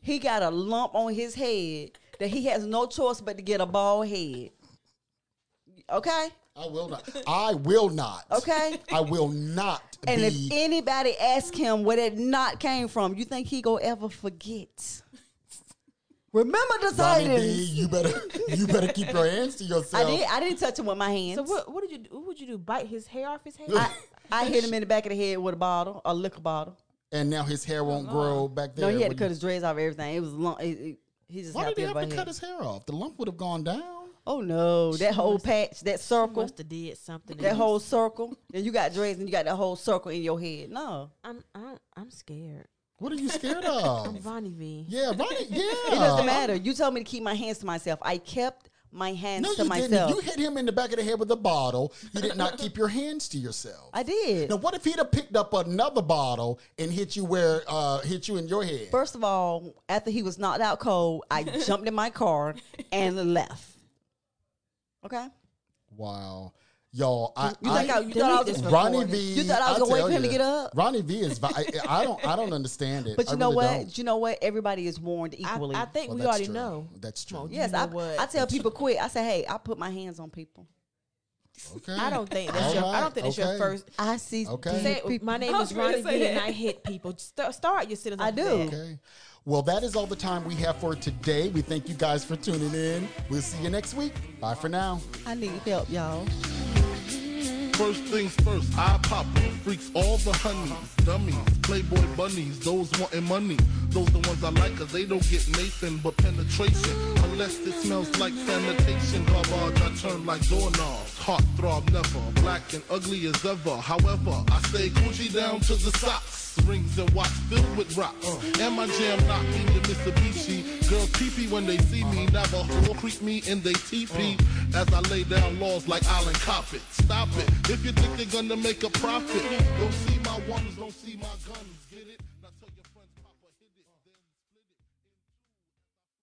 Speaker 4: he got a lump on his head that he has no choice but to get a bald head. Okay.
Speaker 2: I will not. I will not. [LAUGHS]
Speaker 4: Okay.
Speaker 2: I will not
Speaker 4: And if
Speaker 2: be.
Speaker 4: anybody asks him where that knot came from, you think he gonna
Speaker 2: [LAUGHS]
Speaker 4: ever forget? Remember the
Speaker 2: Ronnie B,
Speaker 4: items.
Speaker 2: you
Speaker 4: [LAUGHS]
Speaker 2: better. You better keep your hands to
Speaker 4: I
Speaker 2: yourself.
Speaker 4: did. I didn't touch him with my hands.
Speaker 3: So what? What did you do? What would you do? Bite his hair off his head?
Speaker 4: I, I hit him in the back of the head with a bottle, a liquor bottle.
Speaker 2: And now his hair won't grow back there.
Speaker 4: Oh, No, he had to
Speaker 2: when
Speaker 4: cut
Speaker 2: you-
Speaker 4: his dreads off. Everything. It was long. It, it, he just
Speaker 2: Why
Speaker 4: happy
Speaker 2: did he have to
Speaker 4: about
Speaker 2: cut
Speaker 4: it.
Speaker 2: his hair off? The lump would have gone down.
Speaker 4: Oh no, that whole patch, that circle,
Speaker 3: must have did something.
Speaker 4: that
Speaker 3: else.
Speaker 4: whole circle. Then you got dreads and you got that whole circle in your head. No,
Speaker 3: I'm I'm I'm scared.
Speaker 2: What are you scared
Speaker 4: [LAUGHS]
Speaker 3: I'm
Speaker 2: of?
Speaker 3: Ronnie V.
Speaker 2: yeah, Ronnie. Yeah.
Speaker 4: it doesn't matter. You told me to keep my hands to myself. I kept my hands
Speaker 2: No,
Speaker 4: to
Speaker 2: you
Speaker 4: myself.
Speaker 2: didn't. You hit him in the back of the head with a bottle. You did not keep your hands to yourself.
Speaker 4: I did.
Speaker 2: Now, what if he'd have picked up another bottle and hit you where uh, hit you in your head?
Speaker 4: First of all, after he was knocked out cold,
Speaker 3: [LAUGHS]
Speaker 4: I jumped in my car and left. Okay,
Speaker 2: Wow, y'all! I,
Speaker 4: you
Speaker 2: I,
Speaker 4: think I, you thought I was
Speaker 3: Delete this
Speaker 2: Ronnie
Speaker 3: recording.
Speaker 2: V.
Speaker 4: You thought I was gonna wait
Speaker 2: tell
Speaker 4: for him to
Speaker 2: ya,
Speaker 4: get up?
Speaker 2: Ronnie V is. vi- I, I don't. I don't understand it.
Speaker 4: but you
Speaker 2: I
Speaker 4: know
Speaker 2: really
Speaker 4: what?
Speaker 2: don't.
Speaker 4: You know what? Everybody is warned
Speaker 3: I,
Speaker 4: equally.
Speaker 3: I think
Speaker 2: Well,
Speaker 3: we
Speaker 2: that's
Speaker 3: already
Speaker 2: true.
Speaker 3: know.
Speaker 2: That's true.
Speaker 3: on, you
Speaker 4: Yes,
Speaker 3: know
Speaker 4: I,
Speaker 3: what?
Speaker 4: I tell people quick. I say, hey, I put my hands on people.
Speaker 2: Okay.
Speaker 3: I don't think that's
Speaker 2: All
Speaker 3: your. I
Speaker 2: right,
Speaker 3: don't think that's
Speaker 2: okay.
Speaker 3: your first. "Oh,
Speaker 4: I see.
Speaker 2: Okay.
Speaker 4: deep
Speaker 3: Say, it, my name
Speaker 5: I
Speaker 3: is
Speaker 5: was gonna
Speaker 3: Ronnie
Speaker 5: say
Speaker 3: V, and
Speaker 5: that.
Speaker 3: I hit people. St- start your citizens.
Speaker 4: I
Speaker 3: off
Speaker 4: do.
Speaker 3: that.
Speaker 2: Okay. Well, that is all the time we have for today. We thank you guys for tuning in. We'll see you next week. Bye for now.
Speaker 4: I need help, y'all.
Speaker 6: First things first, I pop them. Freaks all the honeys, dummies, playboy bunnies, those wanting money. Those the ones I like, cause they don't get Nathan but penetration. Unless it smells like sanitation, garbage, I turn like doorknobs. Heartthrob never, black and ugly as ever. However, I stay Gucci down to the socks. Rings and watch filled with rocks. And my jam knocking the Mitsubishi. Girls teepee when they see me. Navajo creep me in they teepee. As I lay down laws like Island Coppet. Stop it. If you think they're gonna make a profit, don't see my ones, don't see my guns.